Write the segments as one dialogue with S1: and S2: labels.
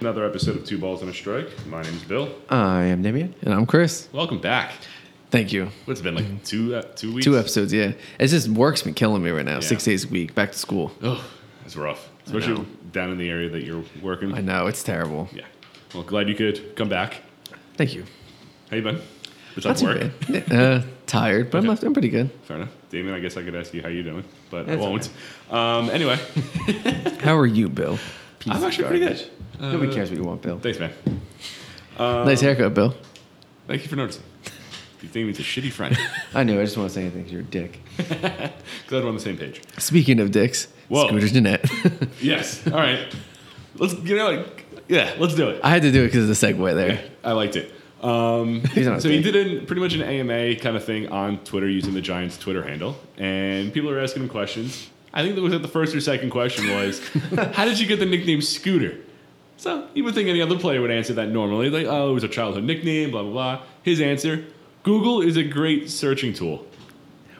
S1: Another episode of Two Balls and a Strike. My name's Bill.
S2: I am Damian.
S3: And I'm Chris.
S1: Welcome back.
S3: Thank you.
S1: It's been like two uh, two weeks.
S3: Mm-hmm. Two episodes, yeah. It's just work's been killing me right now.
S1: Yeah.
S3: Six days a week, back to school.
S1: Oh, that's rough, especially
S3: know.
S1: down in the area that you're working.
S3: I know it's terrible.
S1: Yeah. Well, glad you could come back.
S3: Thank you.
S1: How you been? Besides
S3: Not too
S1: work.
S3: bad. Uh, tired, but I'm, I'm pretty good.
S1: Fair enough. Damien, I guess I could ask you how you doing, but
S3: That's
S1: I won't. Um, anyway,
S3: How are you, Bill?
S1: I'm actually pretty good.
S3: Nobody cares what you want, Bill.
S1: Thanks, man.
S3: nice haircut, Bill.
S1: Thank you for noticing. Damien's a shitty friend.
S3: I knew. I just want to say anything to your dick.
S1: Glad we're on the same page.
S3: Speaking of dicks,
S1: Whoa.
S3: Scooter Jeanette.
S1: Yes. All right. Let's you know. Like, yeah. Let's do it.
S3: I had to do it because of the segue there.
S1: I liked it. Um,
S3: He's not a
S1: so he
S3: dick.
S1: did an, pretty much an AMA kind of thing on Twitter using the Giants' Twitter handle, and people are asking him questions. I think that was at the first or second question was, "How did you get the nickname Scooter?" So you would think any other player would answer that normally, like, "Oh, it was a childhood nickname." Blah blah blah. His answer: Google is a great searching tool.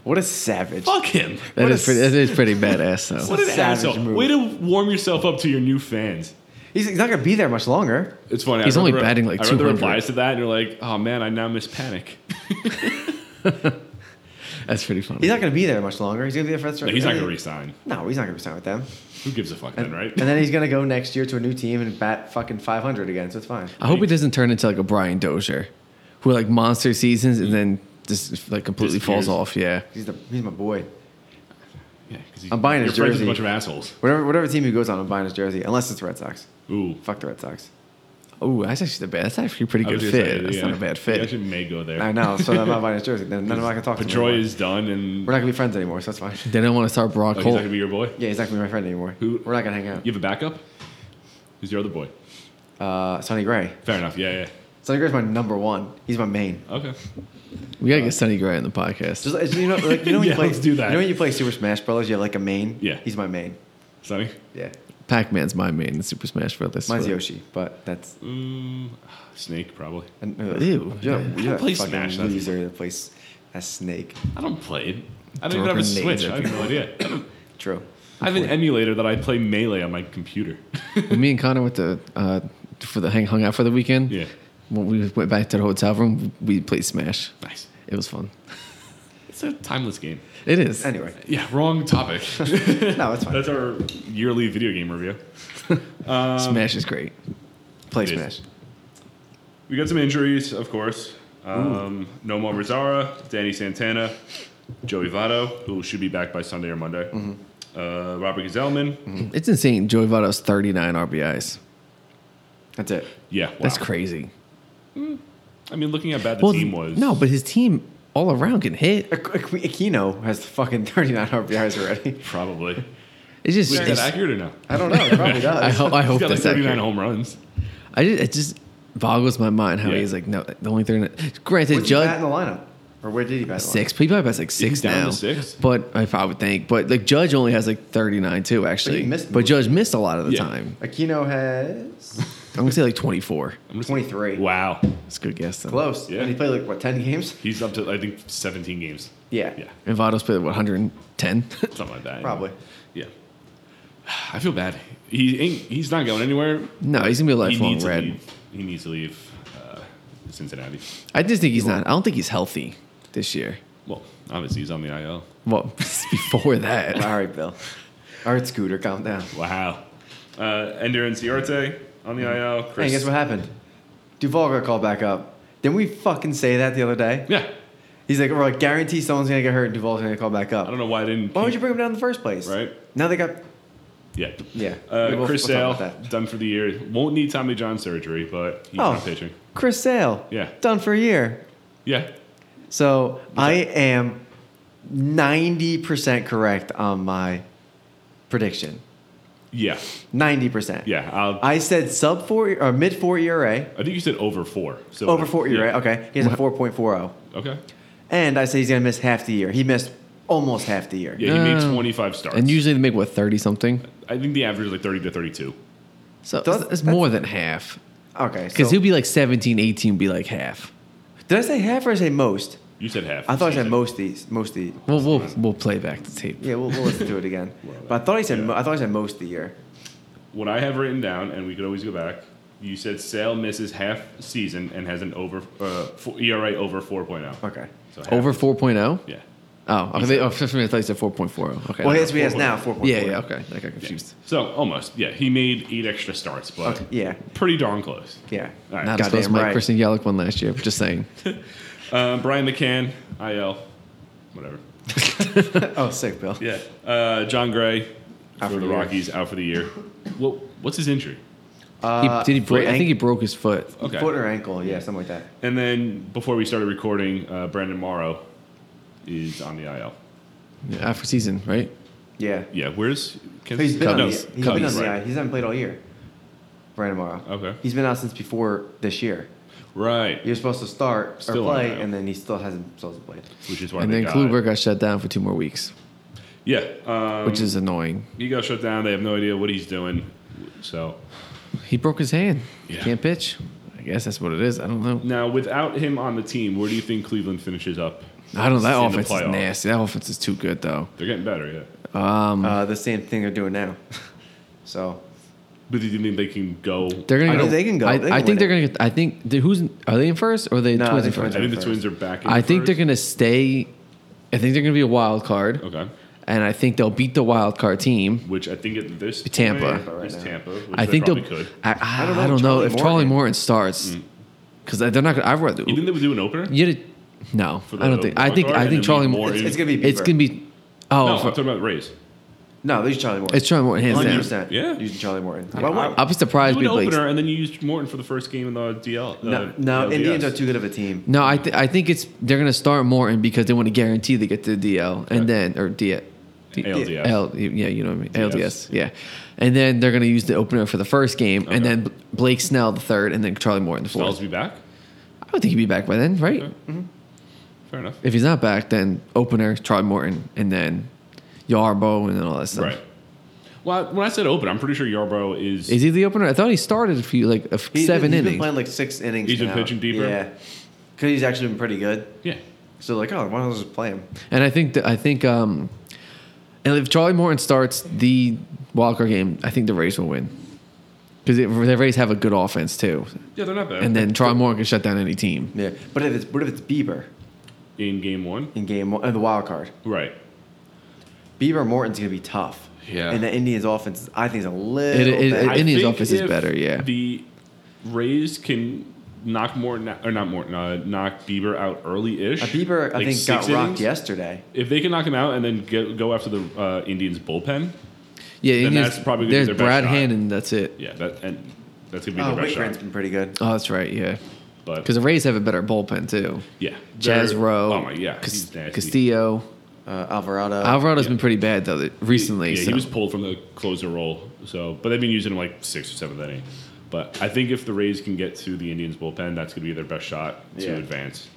S2: What a savage.
S1: Fuck him.
S3: That
S2: What
S3: is,
S2: a
S3: pretty,
S2: s-
S3: that is pretty badass, though.
S1: What an
S2: savage
S1: asshole!
S2: move.
S1: Way to warm yourself up to your new fans.
S2: He's, he's not going to be there much longer.
S1: It's funny.
S3: He's
S1: I
S3: only
S1: remember-
S3: batting, like,
S1: I read the
S3: 200.
S1: replies to that, and you're like, "Oh man, I now miss panic."
S3: That's pretty funny.
S2: He's not going to be there much longer. He's going to be there for the
S1: Like, he's not gonna resign.
S2: No, he's not going to resign with them.
S1: Who gives a fuck then, right?
S2: And then he's going to go next year to a new team and bat fucking 500 again, so it's fine.
S3: I hope it doesn't turn into like a Brian Dozier, who like monster seasons and then just like completely
S1: Disappears.
S3: falls off. Yeah,
S2: He's, the, he's my boy.
S1: Yeah, 'cause you-
S2: I'm buying his
S1: your friends is
S2: jersey.
S1: A bunch of assholes.
S2: Whatever, whatever team he goes on, I'm buying his jersey, unless it's Red Sox.
S1: Ooh,
S2: Fuck the Red Sox.
S3: Oh, that's actually the bad. That's actually a pretty
S1: I
S3: good
S1: was
S3: fit.
S1: gonna say,
S3: that's
S1: yeah.
S3: not a bad
S1: You
S3: fit.
S1: actually may go there.
S2: I know, so I'm not buying his jersey. Then none of I can talk to him
S1: Pedroia
S2: anymore.
S1: is done, and
S2: We're not going to be friends anymore, so that's fine.
S3: They don't want to start Brock
S1: like, he's
S3: Holt.
S1: not gonna be your boy.
S2: Yeah, he's not going to be my friend anymore.
S1: Who-
S2: We're not going to hang out.
S1: You have a backup. Who's your other boy?
S2: Uh, Sonny Gray.
S1: Fair enough. Yeah, yeah.
S2: Sonny Gray's my number one. He's my main.
S1: Okay.
S3: we gotta get Sonny Gray on the podcast.
S2: Just like- you know, like, you know when
S1: Yeah,
S2: you play,
S1: let's do that.
S2: You know when you play Super Smash Brothers, you have like a main.
S1: Yeah.
S2: he's my main.
S1: Sonny.
S2: Yeah,
S3: Pac-Man's my main in Super Smash Brothers.
S2: mine's Yoshi, but that's
S1: Mm, Snake probably.
S2: and, uh,
S3: Ew.
S2: You're,
S3: I
S2: you're a
S1: play
S2: fucking
S1: Smash, that's-
S2: loser that plays a snake.
S1: I don't play it. I don't
S3: Throw
S1: even have a
S3: grenades
S1: Switch.
S3: at
S1: I have no idea. I don't-
S2: True.
S1: I have an emulator that I play melee on my computer.
S3: When me and Connor went to uh, for the hang hung out for the weekend.
S1: yeah.
S3: When we went back to the hotel room, we played Smash.
S1: Nice.
S3: It was fun.
S1: It's a timeless game.
S3: It is.
S2: Anyway,
S1: Yeah. Wrong topic.
S2: no, it's fine.
S1: That's our yearly video game review.
S3: Smash
S1: um,
S3: is great.
S2: Play
S1: it is.
S2: Smash.
S1: We got some injuries, of course. Um, Nomo Mazzara, Danny Santana, Joey Votto, who should be back by Sunday or Monday.
S3: Mm-hmm.
S1: Uh, Robert Gazelman.
S3: It's insane. Joey Votto's 39 RBIs.
S2: That's it.
S1: Yeah, wow.
S3: That's crazy.
S1: I mean, looking at how bad the team was.
S3: No, but his team all around can hit.
S2: Ak- Ak- Aquino has fucking 39 RBIs already.
S1: probably.
S3: It's just.
S1: Is that
S3: it's-
S1: accurate or no?
S2: I don't know. He probably
S3: I
S2: does.
S3: hope. I
S1: He's
S3: hope
S1: got like
S3: that's
S1: 39
S3: accurate.
S1: home runs.
S3: I just, it just boggles my mind how
S1: Yeah.
S3: he's like, no, the only thing. that- Granted,
S2: Where'd he bat
S3: Judd
S2: in the lineup, or where did he bat? in the
S3: six, but he probably has like six
S1: down to
S3: now.
S1: six?
S3: But if I would think, but like Judge only has like thirty nine too, actually. But,
S2: missed-
S3: Judge missed a lot of the
S1: Yeah.
S3: time.
S2: lineup? Aquino has
S3: I'm gonna say like twenty four.
S1: I'm just-
S2: 23.
S1: Wow.
S3: That's a good guess. Then.
S2: Close.
S1: Yeah.
S2: And he played like what 10 games?
S1: He's up to, I think, 17 games.
S2: Yeah.
S1: Yeah.
S3: And Votto's played one hundred and ten.
S1: Something like that.
S2: Probably.
S1: Yeah. I feel bad. He ain't, he's not going anywhere.
S3: no, he's gonna be a
S1: He
S3: lifelong
S1: needs, to
S3: red.
S1: leave. he needs to leave uh, Cincinnati.
S3: I just think he's not. I don't think he's healthy this year.
S1: Well, obviously, he's on the IL.
S3: Well, before that,
S2: All right, Bill. All right, Scooter, calm down.
S1: Wow. Uh, Ender and Ciarte on the IL. Chris.
S2: Hmm. Hey, guess what happened? Duvall got called back up. Didn't we fucking say that the other day?
S1: Yeah.
S2: He's like, we're like, guarantee someone's gonna get hurt and Duvall's gonna get called back
S1: I
S2: up.
S1: don't know why I didn't.
S2: Why would you bring him down in the first place?
S1: Right.
S2: Now they got,
S1: Yeah.
S2: yeah.
S1: Uh,
S2: We'll-
S1: Chris
S2: we'll talk
S1: Sale,
S2: about that.
S1: done for the year. Won't need Tommy John surgery, but he's
S2: Oh.
S1: not pitching.
S2: Chris Sale.
S1: Yeah.
S2: Done for a year.
S1: Yeah.
S2: So I am 90% correct on my prediction.
S1: Yeah.
S2: 90%.
S1: Yeah. I'll, I,
S2: I said sub four or mid four ERA,
S1: think you said over four. So
S2: over four ERA.
S1: Yeah.
S2: Okay. He has a 4.40.
S1: Okay.
S2: And I say he's going to miss half the year. He missed almost half the year.
S1: Yeah, he made
S2: Um,
S3: No.
S1: 25 starts.
S3: and usually they make what thirty something.
S1: I think the average is like 30 to 32.
S3: So
S2: Does-
S3: it's more than half.
S2: Okay.
S3: Because
S2: So,
S3: he'll be like 17, 18, be like half.
S2: did I say half or I say most?
S1: You said half.
S2: I thought I
S1: Season.
S2: said most these. Most the.
S3: We'll, we'll, we'll play back the tape.
S2: Yeah, we'll, we'll listen to it again. But I thought he said.
S1: yeah.
S2: Mo- I thought I said most the year.
S1: What I have written down, and we could always go back, You said Sale misses half season and has an over uh, four, ERA over 4.0.
S2: Okay.
S1: So half-
S3: Over 4.0?
S1: Yeah.
S3: Oh, I, think, oh, for me, I thought you said 4.40. Okay.
S2: Well, yes, we has
S1: 4.4.
S2: now four point four.
S3: yeah, yeah, okay. I got confused.
S1: So almost. Yeah. He made eight extra starts, but
S2: Okay, yeah,
S1: pretty darn close.
S2: yeah.
S1: All right.
S3: Not as
S2: Goddamn
S3: close as Mike
S2: right.
S3: Christian Yelich one last year. but Just saying.
S1: Uh, Brian McCann, IL, whatever.
S2: Oh, sick, Bill.
S1: Yeah. Uh, John Gray for
S2: Out for
S1: the
S2: the year.
S1: Rockies out for the year. What, what's his injury?
S2: Uh,
S3: he, did he break?
S2: foot
S3: I think he
S2: ank-
S3: broke his foot.
S1: Okay.
S2: foot or ankle, yeah, something like that.
S1: And then before we started recording, uh, Brandon Morrow is on the IL.
S3: Yeah, after season, right?
S2: Yeah,
S1: Yeah, where's Kansas
S2: he's been on the,
S1: Cubs.
S2: he's been on
S1: Cubs,
S2: the
S1: right.
S2: eye. He's not played all year. Brandon Morrow.
S1: Okay.
S2: He's been out since before this year.
S1: Right,
S2: You're supposed to start
S1: Still on
S2: or play,
S1: IL.
S2: and then he still hasn't still hasn't played.
S1: which is why
S3: and
S1: they
S3: then
S1: got
S3: Kluber got shut down for two more weeks,
S1: Yeah, um,
S3: which is annoying.
S1: he got shut down. They have no idea what he's doing. So
S3: He broke his hand.
S1: Yeah.
S3: Can't pitch. I guess that's what it is. I don't know.
S1: now, without him on the team, where do you think Cleveland finishes up?
S3: I don't. That
S1: In the
S3: offense is
S1: playoffs.
S3: nasty. That offense is too good though.
S1: They're getting better, yeah.
S3: Um,
S2: Uh, the same thing they're doing now. so
S1: But do you think they can go?
S3: They're gonna.
S2: I
S3: go,
S2: mean, they can go.
S3: I,
S2: They can
S3: I
S2: win
S3: think they're gonna. Get, I think the- who's are they in first or are they
S2: No,
S3: twins
S2: I
S3: in
S2: think
S1: I
S3: first?
S1: think the
S2: first.
S1: Twins are back. In
S3: I think they they're
S1: they
S3: gonna stay. I think they're gonna be a wild card,
S1: Okay,
S3: and I think they'll beat the wild card team.
S1: which I think at this point,
S3: Tampa.
S1: it's
S2: Right now.
S1: Tampa. Which
S3: I
S1: they
S3: think
S1: probably
S3: they'll.
S1: could. Mm.
S3: I, I, I don't know, if Charlie
S2: Morton-
S3: Morton starts because they're not. Gonna, I've read.
S1: You think they would do an opener?
S3: You did, no,
S1: For
S3: I don't
S1: the
S3: think. I
S1: wild
S3: think.
S1: card
S3: I
S1: and
S3: think
S1: then
S3: Charlie
S1: leave
S3: Morton.
S1: Morton.
S2: it's gonna be.
S3: It's
S2: Bieber.
S3: gonna be. Oh,
S1: no, I'm
S3: for-
S1: talking about the Rays.
S2: no. There's Charlie Morton.
S3: it's Charlie Morton hands
S2: Hundred
S3: down.
S2: percent.
S1: Yeah.
S2: using Charlie Morton.
S1: Yeah.
S2: Why-
S3: I'll be surprised.
S1: Do an
S3: if he plays.
S1: opener, and then you used Morton for the first game in the DL.
S2: no,
S1: uh,
S2: no
S1: LDS.
S2: Indians are too good of a team.
S3: No, I th- I think it's they're gonna start Morton because they want to guarantee they get to the DL and then or D- D-
S1: ALDS.
S3: L- yeah, you know what I mean.
S1: DS.
S3: ALDS, yeah, and then they're gonna use the opener for the first game,
S1: Okay.
S3: and then Bl- Blake Snell the third, and then Charlie Morton the fourth.
S1: Snell's be back.
S3: I would think he'd be back by then, right?
S1: Okay. Fair enough.
S3: If he's not back, then opener Charlie Morton, and then Yarbo, and then all that stuff.
S1: Right. Well, I- when I said open, I'm pretty sure Yarbrough is.
S3: Is he the opener? I thought he started a few like a f-
S2: He's
S3: seven
S2: been, he's been
S3: innings.
S2: playing like six innings.
S1: He's been
S2: now.
S1: pitching deeper?
S2: Yeah, because he's actually been pretty good.
S1: yeah.
S2: So like, oh, why don't I just play him?
S3: And I think that I think um, and if Charlie Morton starts the wildcard game, I think the Rays will win because the Rays have a good offense too.
S1: Yeah, they're not bad.
S3: And then Charlie Morton can shut down any team.
S2: Yeah, but if it's what if it's Bieber
S1: in game one,
S2: in game one, uh, the wild card?
S1: right?
S2: Bieber Morton's gonna be tough.
S1: Yeah.
S2: and the Indians' offense, I think, is a little.
S3: It- it-
S2: bad.
S3: it- it- Indians'
S1: think
S3: offense is
S1: if
S3: better, yeah.
S1: The Rays can knock Morton out, or not Morton, uh, knock Bieber out early ish.
S2: Uh, Bieber, I think, got rocked yesterday.
S1: If they can knock him out and then get, go after the uh, Indians bullpen,
S3: Yeah, and
S1: that's
S3: there's-
S1: probably gonna be
S3: there's
S1: their best
S3: Brad
S1: shot.
S3: Hand, and that's it.
S1: yeah, that and that's gonna be
S2: Oh,
S1: their best
S2: Whitgren's
S1: shot.
S2: been pretty good.
S3: Oh, that's right. Yeah,
S1: But
S3: because the Rays have a better bullpen too.
S1: yeah,
S3: Jazz
S1: they're-
S3: Rowe,
S1: Oh my yeah,
S3: Cas-
S1: he's nasty.
S3: Castillo.
S2: Uh, Alvarado.
S3: Alvarado's
S1: yeah.
S3: been pretty bad though that- recently.
S1: Yeah,
S3: so.
S1: he was pulled from the closer role. So, but they've been using him like sixth or seventh inning. But I think if the Rays can get to the Indians bullpen, that's going to be their best shot to
S2: Yeah.
S1: advance.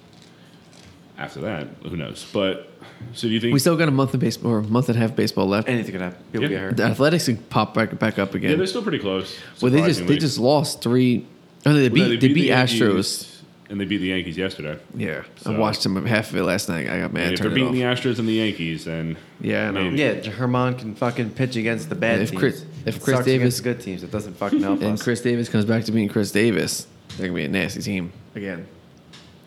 S1: After that, who knows? But so do you think?
S3: we still got a month of baseball or a month and a half baseball left.
S2: Anything could happen. People
S1: Yeah.
S2: get hurt.
S3: the Athletics can pop back, back up
S1: yeah,
S3: again.
S1: they're still pretty close.
S3: well, they just they
S1: surprisingly.
S3: just lost three. Oh, they beat,
S1: Well,
S3: they beat,
S1: the
S3: Astros.
S1: Yankees, and they beat the Yankees yesterday.
S3: Yeah,
S1: So-
S3: I watched him half of it last night. I got
S1: And
S3: mad. I
S1: if they're
S3: turned it
S1: beating
S3: off.
S1: the Astros and the Yankees, then
S3: yeah, I know.
S1: Maybe.
S2: Yeah, Herman can fucking pitch against the bad
S3: If
S2: teams.
S3: Chris- if
S2: It
S3: Chris
S2: sucks against
S3: Davis-
S2: the good teams, it doesn't fucking help
S3: and
S2: us.
S3: Chris Davis comes back to being Chris Davis. They're gonna be a nasty team again.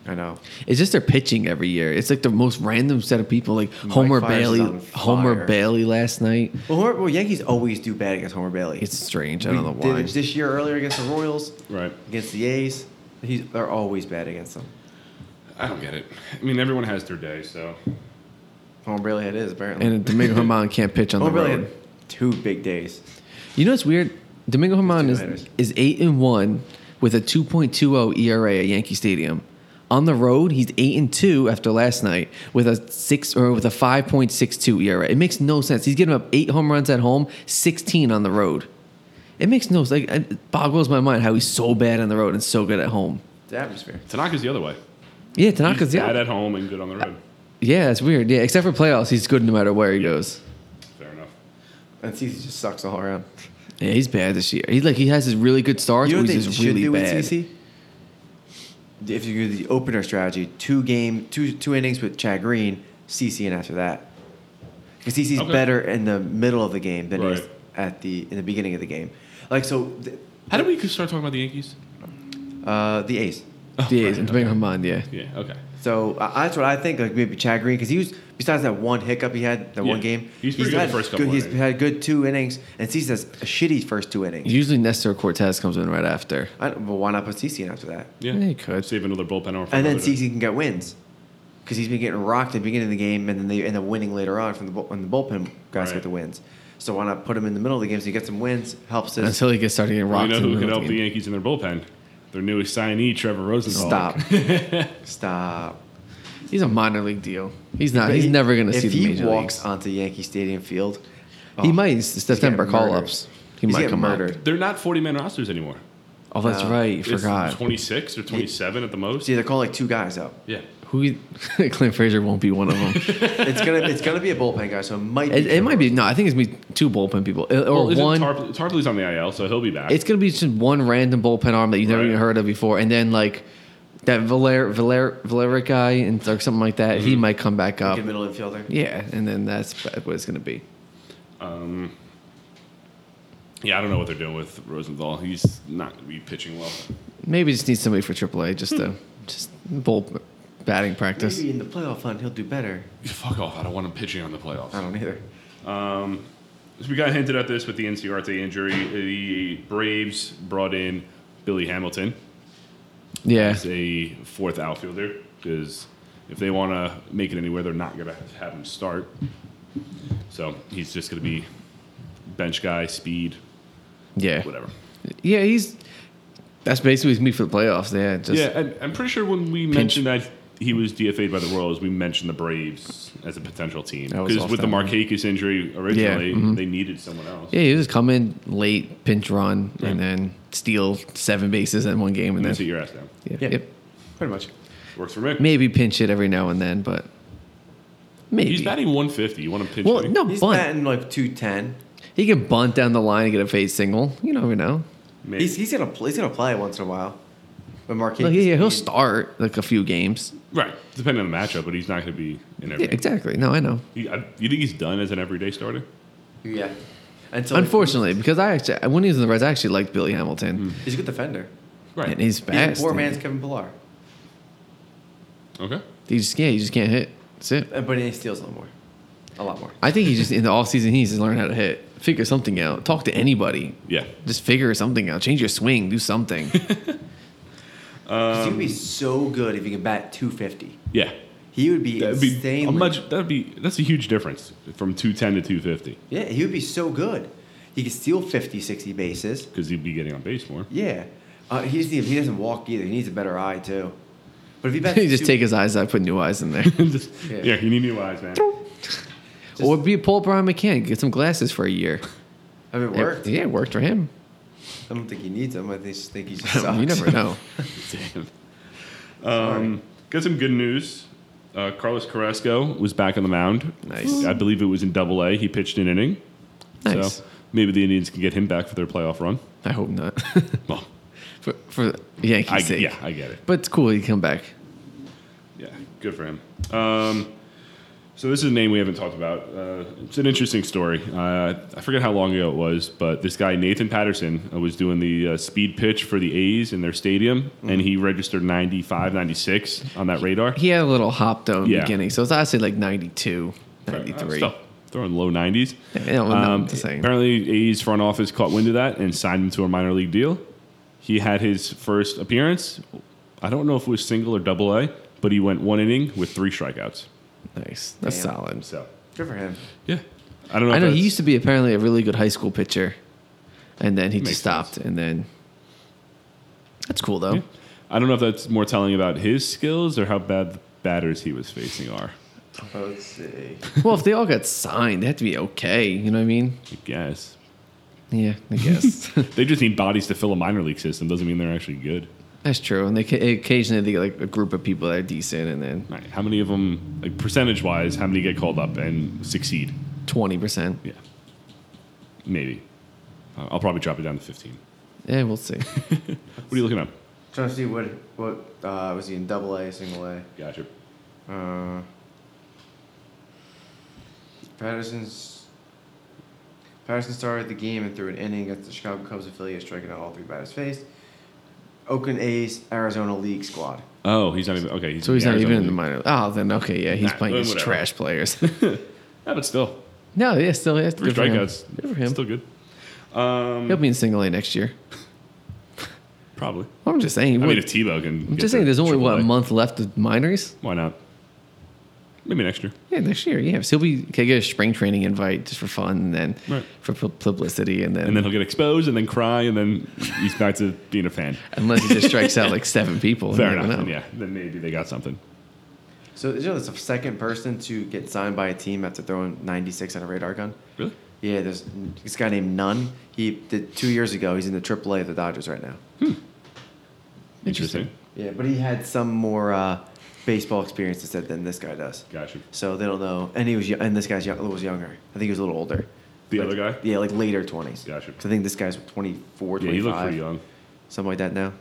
S2: I know.
S3: It's just their pitching every year. It's like the most random set of people. Like Homer
S2: Fires is
S3: Bailey,
S2: on fire.
S3: Homer Bailey last night.
S2: Well, Homer, well, Yankees always do bad against Homer Bailey.
S3: It's strange. I
S2: We
S3: don't know
S2: did
S3: why.
S2: it this year earlier against the Royals,
S1: right.
S2: against the A's. He's, they're always bad against them.
S1: I don't get it. I mean, everyone has their day, so
S2: Homer Bailey had his apparently.
S3: And Domingo Herman can't pitch on the
S2: Homer Bailey
S3: road.
S2: had two big days.
S3: You know what's weird? Domingo Herman
S2: two
S3: is,
S2: hitters.
S3: is eight and one with a two point two oh zero ERA at Yankee Stadium. On the road, he's eight and two after last night with a six or with a five point six two ERA. It makes no sense. He's giving up eight home runs at home, sixteen on the road. It makes no like it boggles my mind how he's so bad on the road and so good at home.
S2: The atmosphere.
S1: Tanaka's the other way.
S3: Yeah,
S1: He's
S3: Tanaka's
S1: bad
S3: yeah,
S1: at home and good on the road.
S3: yeah, that's weird. Yeah, except for playoffs, he's good no matter where he goes.
S1: Fair enough.
S2: And CC just sucks all around.
S3: Yeah, he's bad this year. He's like he has his really good starts,
S2: You
S3: but
S2: know what they
S3: he's just
S2: should
S3: really
S2: do
S3: bad.
S2: with CC? If you do the opener strategy, two game, two two innings with Chad Green, CC, and after that, because CC's
S1: Okay.
S2: better in the middle of the game than he is
S1: Right.
S2: at the in the beginning of the game. Like so, th-
S1: How did we start talking about the Yankees?
S2: Uh, the Ace.
S3: Yeah,
S2: Oh
S3: it's been her mind, yeah.
S1: Yeah. Okay.
S2: So uh, that's what I think. Like maybe Chad Green, because he was besides that one hiccup he had that
S1: Yeah.
S2: one game.
S1: He's pretty good
S2: had
S1: the first couple
S2: Good, he's
S1: innings.
S2: had good two innings, and Cece has a shitty first two innings.
S3: Usually Nestor Cortez comes in right after.
S2: I don't, well, why not put Cece in after that?
S1: Yeah.
S3: Yeah, you could.
S1: save another bullpen arm. For
S2: And then
S1: another day.
S2: Cece can get wins because he's been getting rocked at the beginning of the game, and then they end up winning later on from the bull- when the bullpen guys
S1: Right.
S2: get the wins. So why not put him in the middle of the game so he gets some wins, helps us.
S3: Until he gets started getting
S1: We
S3: rocked.
S1: know
S3: in the
S1: who could
S3: middle of
S1: help
S3: the
S1: the
S3: game.
S1: Yankees in their bullpen. Their newest signee, Trevor Rosenthal.
S2: Stop. Stop.
S3: He's a minor league deal. He's not.
S2: But
S3: Uh, He's
S2: he-
S3: never going to
S2: if
S3: see the
S2: he
S3: major
S2: walks
S3: leagues.
S2: onto Yankee Stadium field.
S3: he
S2: oh,
S3: might. It's September
S2: getting
S3: call
S2: murdered.
S3: ups. He
S2: He's
S3: might
S2: getting
S3: come
S2: murdered.
S3: murdered.
S1: They're not 40 man rosters anymore.
S3: Oh, that's
S2: No.
S3: right. You forgot.
S1: It's 26 or 27 at the most.
S2: See, they're calling like two guys up.
S1: Yeah.
S3: Who? Clint Frazier won't be one of them.
S2: It's gonna it's gonna be a bullpen guy, so it might be
S3: it, it
S2: Trevor.
S3: might be. No, I think it's gonna be two bullpen people It- or
S1: Well, isn't
S3: one.
S1: Tarp- Tarpley's on the IL, so he'll be back.
S3: it's gonna be just one random bullpen arm that you've never
S1: Right.
S3: even heard of before, and then like that Valer Valer Valera guy and or something like that.
S1: Mm-hmm.
S3: He might come back up.
S2: Good middle infielder.
S3: uh, Yeah, and then that's what it's gonna be.
S1: yeah, I don't know what they're doing with Rosenthal. He's not going to be pitching well.
S3: Maybe just need somebody for AAA just to just bull batting practice.
S2: Maybe in the playoff hunt he'll do better.
S1: Fuck off. I don't want him pitching on the playoffs.
S2: I don't either.
S1: So we got hinted at this with the NCRT injury. The Braves brought in Billy Hamilton
S3: Yeah,
S1: as a fourth outfielder because if they want to make it anywhere, they're not going to have him start. So he's just going to be bench guy, speed,
S3: yeah,
S1: whatever.
S3: yeah. He's that's basically me for the playoffs. Yeah, just
S1: yeah, and I'm pretty sure when we mentioned that he was DFA'd by the Royals, we mentioned the Braves as a potential team
S3: That was
S1: because
S3: off
S1: with the
S3: that one.
S1: Marquez injury originally, they needed someone else.
S3: mm-hmm. Yeah, you just come in late, pinch run, and then steal seven bases in one game, and
S1: And that's what
S3: then
S1: your ass down.
S3: yeah,
S2: Yeah.
S3: yep.
S2: Pretty much.
S1: Works for me.
S3: maybe pinch it every now and then, but maybe.
S1: He's batting 150. You want to pitch?
S3: well,
S1: me?
S3: no
S2: He's
S3: bunt.
S2: batting like two ten.
S3: He can bunt down the line and get a face single. You never know.
S1: Maybe.
S2: He's he's gonna play, he's gonna play once in a while. But Marquez,
S3: Like, yeah, yeah, he'll start like a few games.
S1: Right, depending on the matchup, but he's not going to be in every.
S3: Yeah, exactly. No, I know.
S1: He- I- you think he's done as an everyday starter?
S2: Yeah. Until
S3: Unfortunately, because I actually when he was in the Reds, I actually liked Billy Hamilton,
S2: he's a good defender.
S1: Right.
S3: and he's
S2: He's a
S3: fast.
S2: poor
S3: and
S2: man's Kevin Pillar.
S1: okay.
S3: He just yeah, he just can't hit. That's it.
S2: Uh, But he steals a lot more. A lot more.
S3: I think he just in the off season he needs to learn how to hit, figure something out, talk to anybody,
S1: Yeah.
S3: just figure something out, change your swing, do something.
S2: 'Cause
S1: Um,
S2: he would be so good if he could bat two fifty.
S1: Yeah.
S2: He would be
S1: That'd be
S2: insanely
S1: a much. That'd be that's a huge difference from 210 to 250
S2: Yeah, he would be so good. He could steal 50, 60 bases.
S1: because he'd be getting on base more.
S2: Yeah. Uh, he, doesn't even, he doesn't walk either. He needs a better eye, too. But if he bats
S3: he just
S2: two-
S3: take his eyes out, put new eyes in there.
S1: Just-
S2: Yeah.
S1: yeah. you need new eyes, man.
S3: or be a Paul Brian McCann, get some glasses for a year.
S2: I mean, it worked.
S3: Yeah, it worked for him.
S2: I don't think he needs them. I just think he just sucks.
S3: you never know.
S1: Damn. Um, got some good news. Uh, Carlos Carrasco was back on the mound.
S3: Nice.
S1: I believe it was in Double A. He pitched an inning.
S3: Nice.
S1: So maybe the Indians can get him back for their playoff run.
S3: I hope not.
S1: Well,
S3: for, for Yankees'
S1: I,
S3: sake.
S1: yeah, I get it.
S3: But it's cool he come back.
S1: Yeah, good for him. Um, so this is a name we haven't talked about. Uh, it's an interesting story. Uh, I forget how long ago it was, but this guy Nathan Patterson uh, was doing the uh, speed pitch for the A's in their stadium, and he registered 95, 96 on that radar.
S3: He had a little hop though in the
S1: Yeah.
S3: beginning, so it's actually like 92,
S1: Uh,
S3: 93.
S1: still throwing low nineties. Um,
S3: Yeah, no, no, I'm just saying.
S1: apparently, A's front office caught wind of that and signed him to a minor league deal. He had his first appearance. I don't know if it was single or double A, but he went one inning with three strikeouts.
S3: Nice. That's
S2: Damn.
S3: solid.
S1: So
S2: Good for him.
S1: yeah, I don't know.
S3: I
S1: if
S3: know he
S1: that's-
S3: used to be apparently a really good high school pitcher, and then he
S1: Makes
S3: just stopped, and then that's cool though.
S1: I don't know if that's more telling about his skills or how bad the batters he was facing are.
S2: Uh, Let's see.
S3: well, if they all got signed, they had to be okay. You know what I mean?
S1: I guess
S3: Yeah, I guess
S1: they just need bodies to fill a minor league system. Doesn't mean they're actually good.
S3: that's true. And they ca- occasionally they get like a group of people that are decent, and then
S1: All right, how many of them, like percentage wise, how many get called up and succeed?
S3: twenty percent.
S1: Yeah, maybe. Uh, I'll probably drop it down to fifteen.
S3: Yeah, we'll see.
S1: What are you looking up?
S2: Trying to see what, what uh, was he in double A, single A?
S1: Gotcha.
S2: Uh, Patterson's Patterson started the game and threw an inning against the Chicago Cubs affiliate, striking out all three batters faced. Oakland A's, Arizona League squad.
S1: Oh, he's not even okay. He's
S3: So he's
S1: in
S3: not
S1: the
S3: even in the
S1: Arizona
S3: minor. Oh, then okay, yeah, he's
S1: Nah,
S3: playing his
S1: whatever.
S3: trash players.
S1: League. yeah, but still,
S3: no, yeah, still yeah,
S1: three
S3: good for him.
S1: strikeouts.
S3: Good for him.
S1: Still good. Um,
S3: He'll be in single A next year.
S1: probably.
S3: I'm just saying.
S1: I mean,
S3: what-
S1: if Tebow can,
S3: I'm just saying. There's only what a month left of minors.
S1: Why not? Maybe next year.
S3: Yeah, next year. Yeah, so he'll be can get a spring training invite just for fun, and then
S1: Right.
S3: for pu- publicity, and then,
S1: And then he'll get exposed, and then cry, and then he's back to being a fan.
S3: unless he just strikes out like seven people. you
S1: Fair
S3: never
S1: enough.
S3: know.
S1: Then, yeah, then maybe they got something.
S2: So you know, that's the second person to get signed by a team after throwing 96 at a radar gun.
S1: Really?
S2: Yeah, there's this guy named Nunn. He did two years ago. He's in the AAA of the Dodgers right now.
S1: Interesting.
S2: Yeah, but he had some more uh, baseball experience instead than this guy does.
S1: Gotcha.
S2: So they don't know. And he was, yo- and this guy's yo- was younger. I think he was a little older.
S1: The
S2: Like-
S1: other guy?
S2: Yeah, like later twenties.
S1: Gotcha.
S2: I think this guy's 24,
S1: Yeah,
S2: 25,
S1: he looked pretty young.
S2: something like that. Now,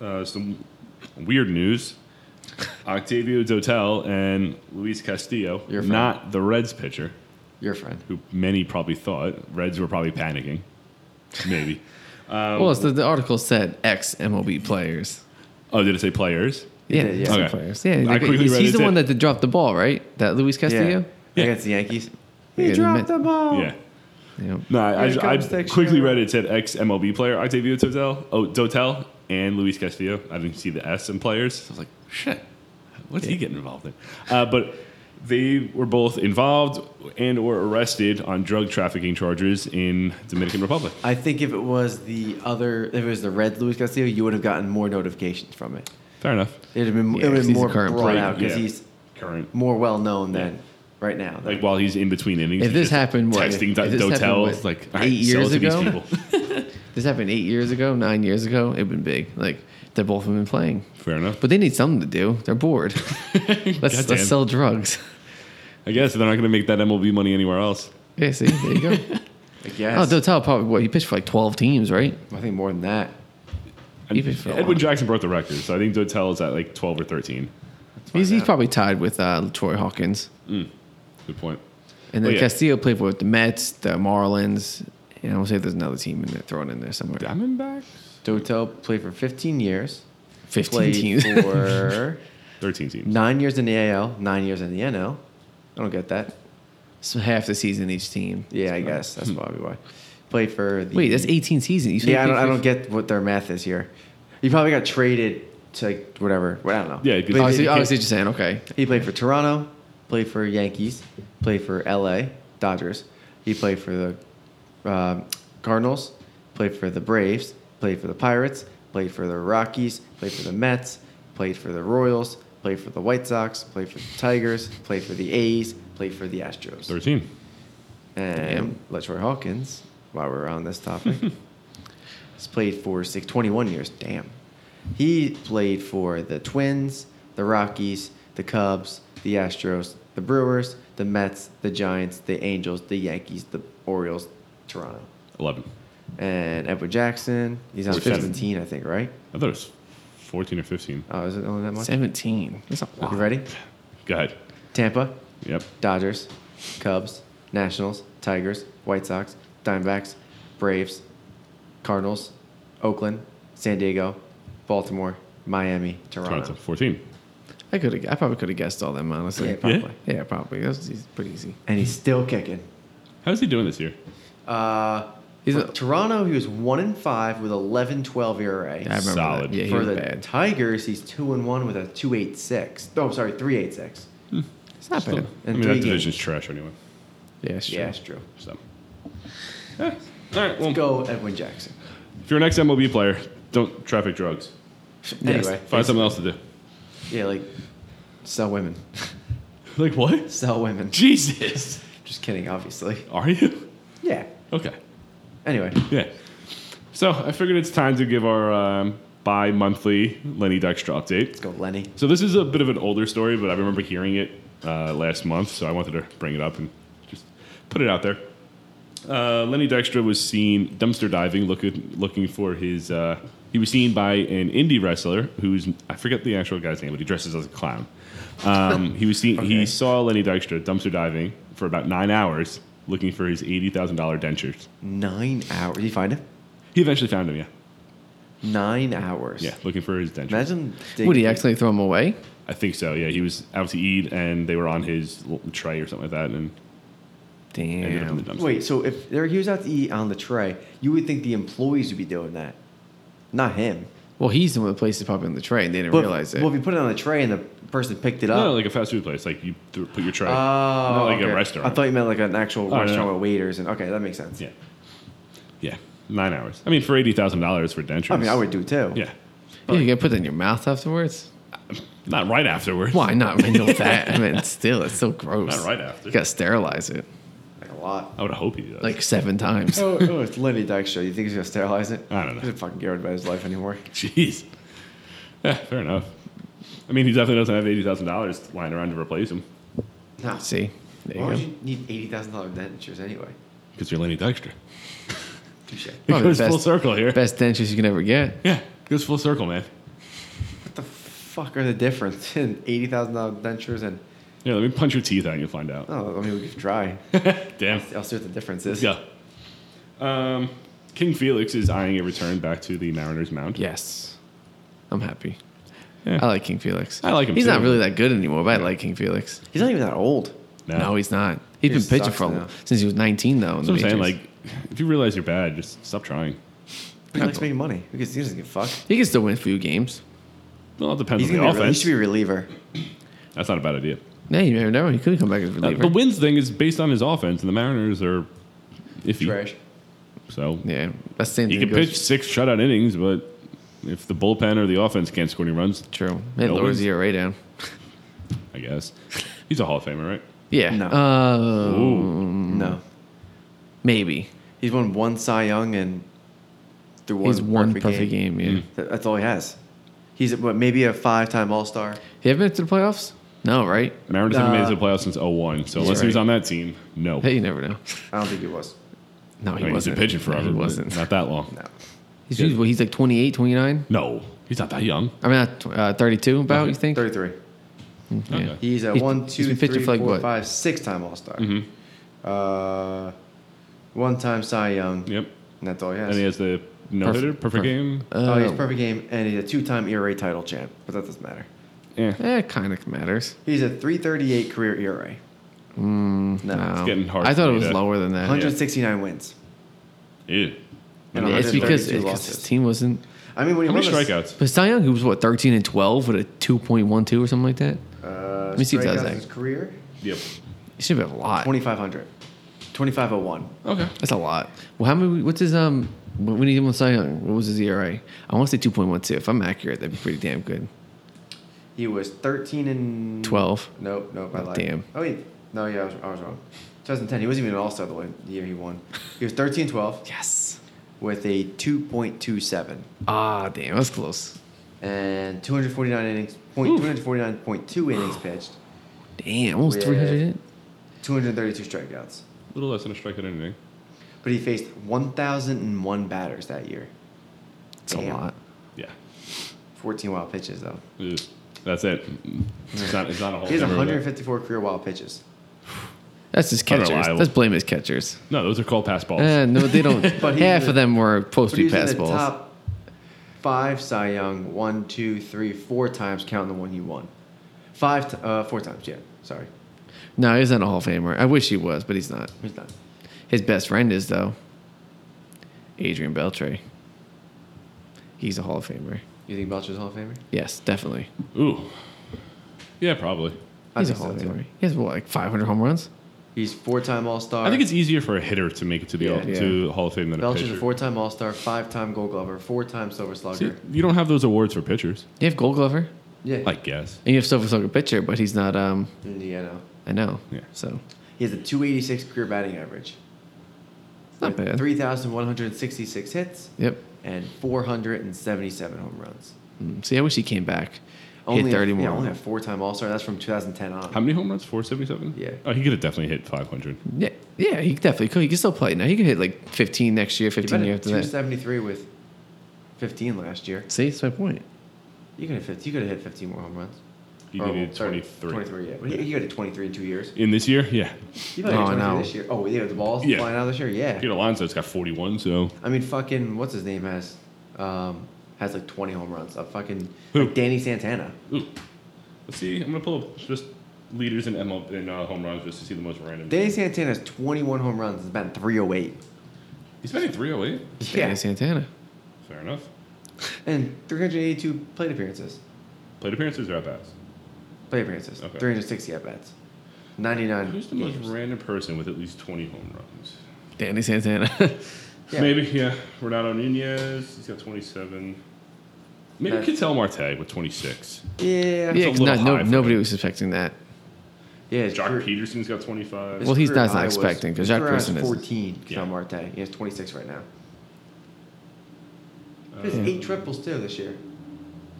S1: Uh, some weird news. Octavio Dotel and Luis Castillo,
S2: Your friend.
S1: not the Reds pitcher,
S2: your friend.
S1: who many probably thought Reds were probably panicking. Maybe.
S3: well, so the article said ex MLB players.
S1: oh, did it say players?
S3: Yeah,
S2: did, yeah.
S3: some
S1: Okay.
S3: players. Yeah, like,
S1: quickly
S3: he's,
S1: read
S3: he's
S1: it
S3: the one
S1: did.
S3: that did- dropped the ball, right? That Luis Castillo.
S2: Yeah, against the Yankees.
S3: Yeah,
S2: He
S3: the
S2: dropped
S3: Met-
S2: the ball.
S1: Yeah.
S3: Yeah.
S1: No, I, I,
S2: Here comes
S1: I
S2: Dexter.
S1: quickly read it. It said ex MLB player Octavio Dotel, oh, Dotel and Luis Castillo. I didn't see the S in players. So I was like, shit, what's he getting involved in? Uh, but they were both involved and or arrested on drug trafficking charges in Dominican Republic.
S2: I think if it was the other, if it was the Red Luis Castillo, you would have gotten more notifications from it.
S1: Fair enough.
S2: It'd have been,
S3: Yeah,
S2: it would
S3: 'cause
S2: have
S3: he's
S2: been
S3: a
S2: more
S3: current
S2: brought
S3: player.
S2: out because
S1: Yeah.
S2: he's
S1: Current.
S2: more well known than right now.
S1: Like while he's in between innings,
S3: If
S1: he's
S3: this
S1: just
S3: happened, what,
S1: texting
S3: if
S1: Do-
S3: this happened,
S1: Dotel
S3: what,
S1: like
S3: eight
S1: "All right, sell
S3: years
S1: it to these
S3: ago?"
S1: people."
S3: This happened eight years ago, nine years ago. It'd been big. Like they're both have been playing,
S1: Fair enough.
S3: but they need something to do. They're bored. let's
S1: Goddamn.
S3: let's sell drugs.
S1: I guess they're not going to make that MLB money anywhere else.
S3: Yeah, see, there you go.
S2: Like, yes.
S3: oh, Dotel probably what he pitched for like twelve teams, right?
S2: I think more than that.
S1: And
S3: Even for a
S1: Edwin
S3: while.
S1: Jackson broke the record, so I think Dotel is at like twelve or thirteen.
S3: He's, he's
S2: out.
S3: probably tied with uh, Troy Hawkins,
S1: Good point.
S3: and then
S1: Oh, yeah.
S3: Castillo played for the Mets, the Marlins, and I will say there's another team in there thrown in there somewhere.
S1: Diamondbacks?
S2: Dotel played for 15 years.
S3: Fifteen
S2: Played
S3: teams.
S2: for
S1: 13 teams.
S2: nine years in the AL, nine years in the NL. I don't get that.
S3: so half the season each team.
S2: Yeah, I guess that's probably why. Played for the
S3: Hmm. Wait, that's 18 seasons. You said
S2: Yeah, I
S3: he
S2: don't, I
S3: played
S2: don't get what their math is here. He probably got traded to like, whatever. Well, I don't know.
S1: Yeah, because-
S2: But
S3: Oh, I
S2: he-
S3: see, oh, I see what you're saying. Okay.
S2: He played for Toronto, played for Yankees, played for LA Dodgers. He played for the um, Cardinals, played for the Braves, played for the Pirates, played for the Rockies, played for the Mets, played for the Royals, played for the White Sox, played for the Tigers, played for the A's, played for the Astros.
S1: 13.
S2: And
S3: Damn.
S2: Latroy Um, Hawkins, while we're on this topic, has played for six, 21 years. Damn. He played for the Twins, the Rockies, the Cubs, the Astros, the Brewers, the Mets, the Giants, the Angels, the Yankees, the Orioles, Toronto.
S1: 11.
S2: And Edward Jackson, he's on
S1: Or seven.
S2: 17, I think, right?
S1: I thought it was 14 or 15.
S2: Oh, is it only that much?
S3: 17. That's a lot.
S2: You ready?
S1: Go ahead.
S2: Tampa,
S1: Yep.
S2: Dodgers, Cubs, Nationals, Tigers, White Sox, Diamondbacks, Braves, Cardinals, Oakland, San Diego, Baltimore, Miami, Toronto.
S1: Toronto. 14.
S3: I could have. I probably could have guessed all them honestly.
S2: Yeah, probably.
S3: Yeah, probably. That's easy- pretty easy.
S2: And he's still kicking.
S1: How's he doing this year?
S2: Uh,
S3: He's
S2: for
S3: a-
S2: Toronto, he was 1 and 5 with 11 12 ERA.
S3: Yeah, I remember
S1: Solid.
S3: That. Yeah, he
S2: for
S3: was
S2: the
S3: bad.
S2: Tigers, he's 2 and 1 with a 286. Oh, I'm sorry, 386.
S3: It's not
S1: Still-
S3: bad.
S1: I mean,
S2: And three
S1: that
S2: games.
S1: division's trash anyway.
S3: Yeah, it's true.
S2: Yeah, that's true.
S1: So. Yeah. All right. Well,
S2: Go, Edwin Jackson.
S1: if you're an ex MLB player, don't traffic drugs.
S3: Yes.
S2: Anyway,
S1: Find something else to do.
S2: yeah, like sell women.
S1: Like what?
S2: Sell women.
S1: Jesus.
S2: Just kidding, obviously.
S1: Are you?
S2: Yeah.
S1: Okay.
S2: Anyway,
S1: Yeah. So I figured it's time to give our um, bi monthly Lenny Dykstra update.
S2: let's go, Lenny.
S1: So this is a bit of an older story, but I remember hearing it uh, last month, so I wanted to bring it up and just put it out there. Uh, Lenny Dykstra was seen dumpster diving, looking looking for his. Uh, he was seen by an indie wrestler who's I forget the actual guy's name, but he dresses as a clown. Um, he was seen. He saw Lenny Dykstra dumpster diving for about nine hours, looking for his $80,000 dentures.
S2: Nine hours. Did you find him?
S1: He eventually found them, yeah.
S2: Nine hours.
S1: Yeah, looking for his dentures.
S2: Imagine.
S3: Would he
S2: digging-
S3: accidentally throw them away?
S1: I think so, yeah. He was out to eat and they were on his l- tray or something like that and ended up in
S3: Damn.
S1: the dumpster.
S2: Wait, so if there, he was out to eat on the tray, you would think the employees would be doing that, not him.
S3: Well, he's the one that placed the puppy in the tray, and they didn't
S2: But-
S3: realize it.
S2: Well, if you put it on the tray and the person picked it up.
S1: No, like a fast food place. Like you th- put your tray.
S2: uh, oh,
S1: not like
S2: okay.
S1: a restaurant. Oh,
S2: I thought you meant like an actual
S1: no,
S2: restaurant
S1: no.
S2: with waiters and okay, that makes sense.
S1: yeah. Yeah. Nine hours. I mean, for $80,000 for dentures.
S2: I mean, I would do too.
S1: Yeah.
S3: Yeah, you gotta put that in your mouth afterwards.
S1: Not right afterwards.
S3: Why not? I know that. I mean, still, it's so gross.
S1: Not right after.
S3: You gotta sterilize it
S2: like a lot.
S1: I would hope he does.
S3: like seven times.
S2: oh, oh, it's Lenny Dykstra. You think he's gonna sterilize it?
S1: I don't know.
S2: He doesn't fucking care about his life anymore.
S1: Jeez. Yeah, fair enough. I mean, he definitely doesn't have eighty thousand dollars lying around to replace him
S2: No.
S3: See, there you
S2: Why would
S3: go.
S2: you need eighty thousand dollar dentures anyway?
S1: because you're Lenny Dykstra.
S2: Touche.
S1: It
S3: Probably
S1: goes
S3: the
S1: full
S3: best-
S1: circle here.
S3: Best dentures you can ever get.
S1: Yeah, it goes full circle, man.
S2: What the fuck are the difference in eighty thousand dollar dentures and
S1: Yeah, let me punch your teeth out and you'll find out.
S2: oh, I mean we could try.
S1: Damn.
S2: I'll see what the difference is.
S1: Yeah. Um, King Felix is eyeing a return back to the Mariners' mound.
S3: Yes, I'm happy.
S1: Yeah.
S3: I like King Felix.
S1: I like him
S3: He's
S1: too.
S3: not really that good anymore, but I like King Felix.
S2: He's not even that old.
S1: No,
S3: No, he's not. He's
S2: He
S3: been pitching
S2: sucks
S3: for
S2: now.
S3: since he was 19, though. in
S1: that's
S3: the
S1: what I'm saying.
S3: majors.
S1: Like, if you realize you're bad, just stop trying.
S2: He likes making money. He gets- he doesn't give a fuck.
S3: he can still win a few games.
S1: Well, it depends
S2: He's
S1: on
S2: gonna
S1: the
S2: be, a re- he
S1: offense.
S2: should be a reliever.
S1: That's not a bad idea.
S3: Yeah, you never know. He could come back as a
S1: Uh,
S3: reliever.
S1: the wins thing is based on his offense, and the Mariners are iffy.
S2: Trash.
S3: Mm-hmm.
S1: So
S3: yeah, that's the same
S1: He
S3: thing.
S1: can
S3: goes-
S1: pitch six shutout innings, but if the bullpen or the offense can't score any runs,
S3: True. It
S1: No
S3: lowers
S1: wins.
S3: the ERA down.
S1: I guess he's a Hall of Famer, right?
S3: Yeah.
S2: No.
S3: Uh,
S1: Ooh.
S2: No.
S3: maybe.
S2: He's won one Cy Young and through one,
S3: He's one perfect, game.
S1: Hmm.
S3: yeah.
S2: That- That's all he has. He's what, maybe a five-time All-Star.
S3: He ever been to the playoffs? No, right?
S1: The Mariners haven't made it to
S2: Uh,
S1: the playoffs since 01, so
S3: he's
S1: unless he was
S3: right.
S1: on that team, no.
S3: Hey, you never know.
S2: I don't think he was.
S1: I
S3: No, he
S1: mean, he's been
S3: wasn't.
S1: pitching forever.
S3: No, he
S1: but
S3: wasn't.
S1: Not that long.
S2: No.
S3: He's, he's, well, he's like 28, 29.
S1: No, he's not that young.
S3: I mean, not tw- uh, 32 about, you think?
S2: Thirty-three.
S3: Yeah.
S1: Okay.
S2: He's a
S3: He's-
S2: one,
S3: he's
S2: two,
S3: been pitching
S2: three,
S3: for like
S2: four,
S3: what? Mm-hmm.
S2: five, six-time All-Star.
S1: Mhm.
S2: Uh, one-time Cy Young.
S1: Yep.
S2: And that's all he has.
S1: And he has the no
S3: Perfect-
S1: hitter, perfect,
S3: perfect.
S1: game.
S2: oh, he's
S3: Uh,
S2: perfect game, and he's a two-time ERA title champ. But that doesn't matter.
S1: Yeah.
S3: Eh, it kind of matters.
S2: He's a 338 career ERA.
S3: Mm,
S2: No.
S3: no.
S2: It's
S1: getting hard
S3: I
S1: for
S3: thought it
S1: me
S3: was
S1: to-
S3: lower than that.
S2: 169 wins.
S1: Ew.
S2: And
S3: Yeah, it's
S2: 132
S3: because it's 'cause
S2: losses.
S3: his team wasn't.
S2: I mean, when
S1: How
S2: he
S1: many
S2: won this-
S1: strikeouts?
S3: But Cy Young, who was what, 13 and 12 with a 2.12 or something like that?
S2: Uh,
S3: me see if that's
S2: strikeouts in
S3: ac-
S2: his career.
S1: Yep.
S3: He should have had a lot.
S2: 2500 2501
S1: Okay.
S3: That's a lot. Well, how many? What's his um? When when he did with Cy Young, what was his ERA? I want to say two point one two. If I'm accurate, that'd be pretty damn good.
S2: he was 13 and
S3: Twelve.
S2: nope nope i
S3: Oh,
S2: lied
S3: damn.
S2: oh wait no yeah i was, I was wrong 2010 he wasn't even an all-star the one year he won he was 13 12
S3: Yes.
S2: with a 2.27
S3: Ah, damn, that's close.
S2: and 249 innings point, 249.2 innings pitched
S3: Damn, almost
S2: Yeah.
S3: three hundred.
S2: 232 strikeouts
S1: A little less than a strikeout inning.
S2: but he faced 1001 batters that year
S3: It's a
S2: Damn.
S3: lot.
S1: Yeah.
S2: 14 wild pitches though
S1: Ew. That's it. It's not, it's not a whole
S2: he has
S1: number of that.
S2: 154 career wild pitches
S3: That's his catchers.
S1: Unreliable.
S3: Let's blame his catchers.
S1: No, those are called pass balls.
S3: Eh, no, they don't.
S2: But he's
S3: half
S2: in
S3: of
S2: the-
S3: them were supposed to
S2: But
S3: be
S2: he's in
S3: pass
S2: the
S3: balls.
S2: top five Cy Young one, two, three, four times, counting the one he won. Five, t- uh, four times. Yeah, sorry,
S3: No, he's not a Hall of Famer. I wish he was, but he's not.
S2: he's not.
S3: His best friend is though. Adrian Beltre. He's a Hall of Famer.
S2: You think Belcher's Hall of Famer?
S3: Yes, definitely.
S1: Ooh. Yeah, probably.
S2: I
S3: He's a
S2: think
S3: Hall of
S2: so, too.
S3: Famer. He has what, like five hundred home runs?
S2: He's four-time All Star.
S1: I think it's easier for a hitter to make it to the
S2: Yeah.
S1: to Hall of Fame than a
S2: Belcher's
S1: pitcher.
S2: a four-time All Star, five-time Gold Glover, four-time Silver
S1: See,
S2: Slugger.
S1: you don't have those awards for pitchers,
S3: You have Gold Glover.
S2: yeah,
S1: I guess.
S3: And you have Silver Slugger pitcher, but he's not. Um,
S2: Indiana.
S3: I know.
S1: Yeah.
S3: So
S2: He has a 286 career batting average,
S3: it's not bad.
S2: 3,166 hits,
S3: Yep.
S2: and 477 home runs.
S3: Mm, See, I wish he came back.
S2: Only
S3: hit thirty
S2: yeah,
S3: more.
S2: only a four-time All Star. That's from 2010 on.
S1: How many home runs? 477?
S2: Yeah.
S1: Oh, he could have definitely hit 500.
S3: yeah, yeah, he definitely could. He can still play now. He could hit like fifteen next year,
S2: You
S3: fifteen
S2: bet
S3: year
S2: at
S3: after that.
S2: 273 with 15 last year.
S3: See, that's my point.
S2: You could have 50, you could have hit 15 more home runs.
S1: He
S2: Or,
S1: needed
S2: sorry,
S1: 23.
S2: 23, yeah. But he, he got a 23 in two years.
S1: In this year, yeah.
S2: He might have
S3: Oh,
S2: a 23
S3: no.
S2: this year. Oh, yeah, the ball's
S1: Yeah.
S2: flying out this year? Yeah.
S1: Peter Alonso's got 41, so
S2: I mean, fucking, what's his name has um, has like 20 home runs. A fucking
S1: Who?
S2: like Danny Santana.
S1: ooh. Let's see. I'm gonna pull up just leaders in ML in uh, home runs just to see the most random.
S2: Danny Santana has 21 home runs. It's been 308.
S1: He's batting 308.
S3: Danny Santana.
S1: Fair enough.
S2: And 382 plate appearances.
S1: Plate appearances or at bats.
S2: Plate appearances.
S1: Okay.
S2: 360 at bats. 99.
S1: Who's the
S2: games.
S1: most random person with at least 20 home runs?
S3: Danny Santana.
S2: Yeah.
S1: Maybe, yeah. Renato Nunez, he's got 27. Maybe
S2: That-
S1: Ketel Marte with 26.
S2: Yeah.
S3: yeah,
S1: a
S3: 'cause
S1: little
S3: not, no,
S1: high for
S3: nobody
S1: him.
S3: was expecting that.
S2: Yeah. his
S1: Jock
S2: career-
S1: Peterson's got 25.
S2: his
S3: Well, he's
S2: career
S3: not
S2: high was-
S3: expecting, 'cause
S2: his
S3: Jack
S2: career high was
S3: Pearson is-
S2: 14. Ketel
S1: Yeah.
S2: Marte. He has 26 right now.
S1: Uh,
S2: He has eight triples too this year,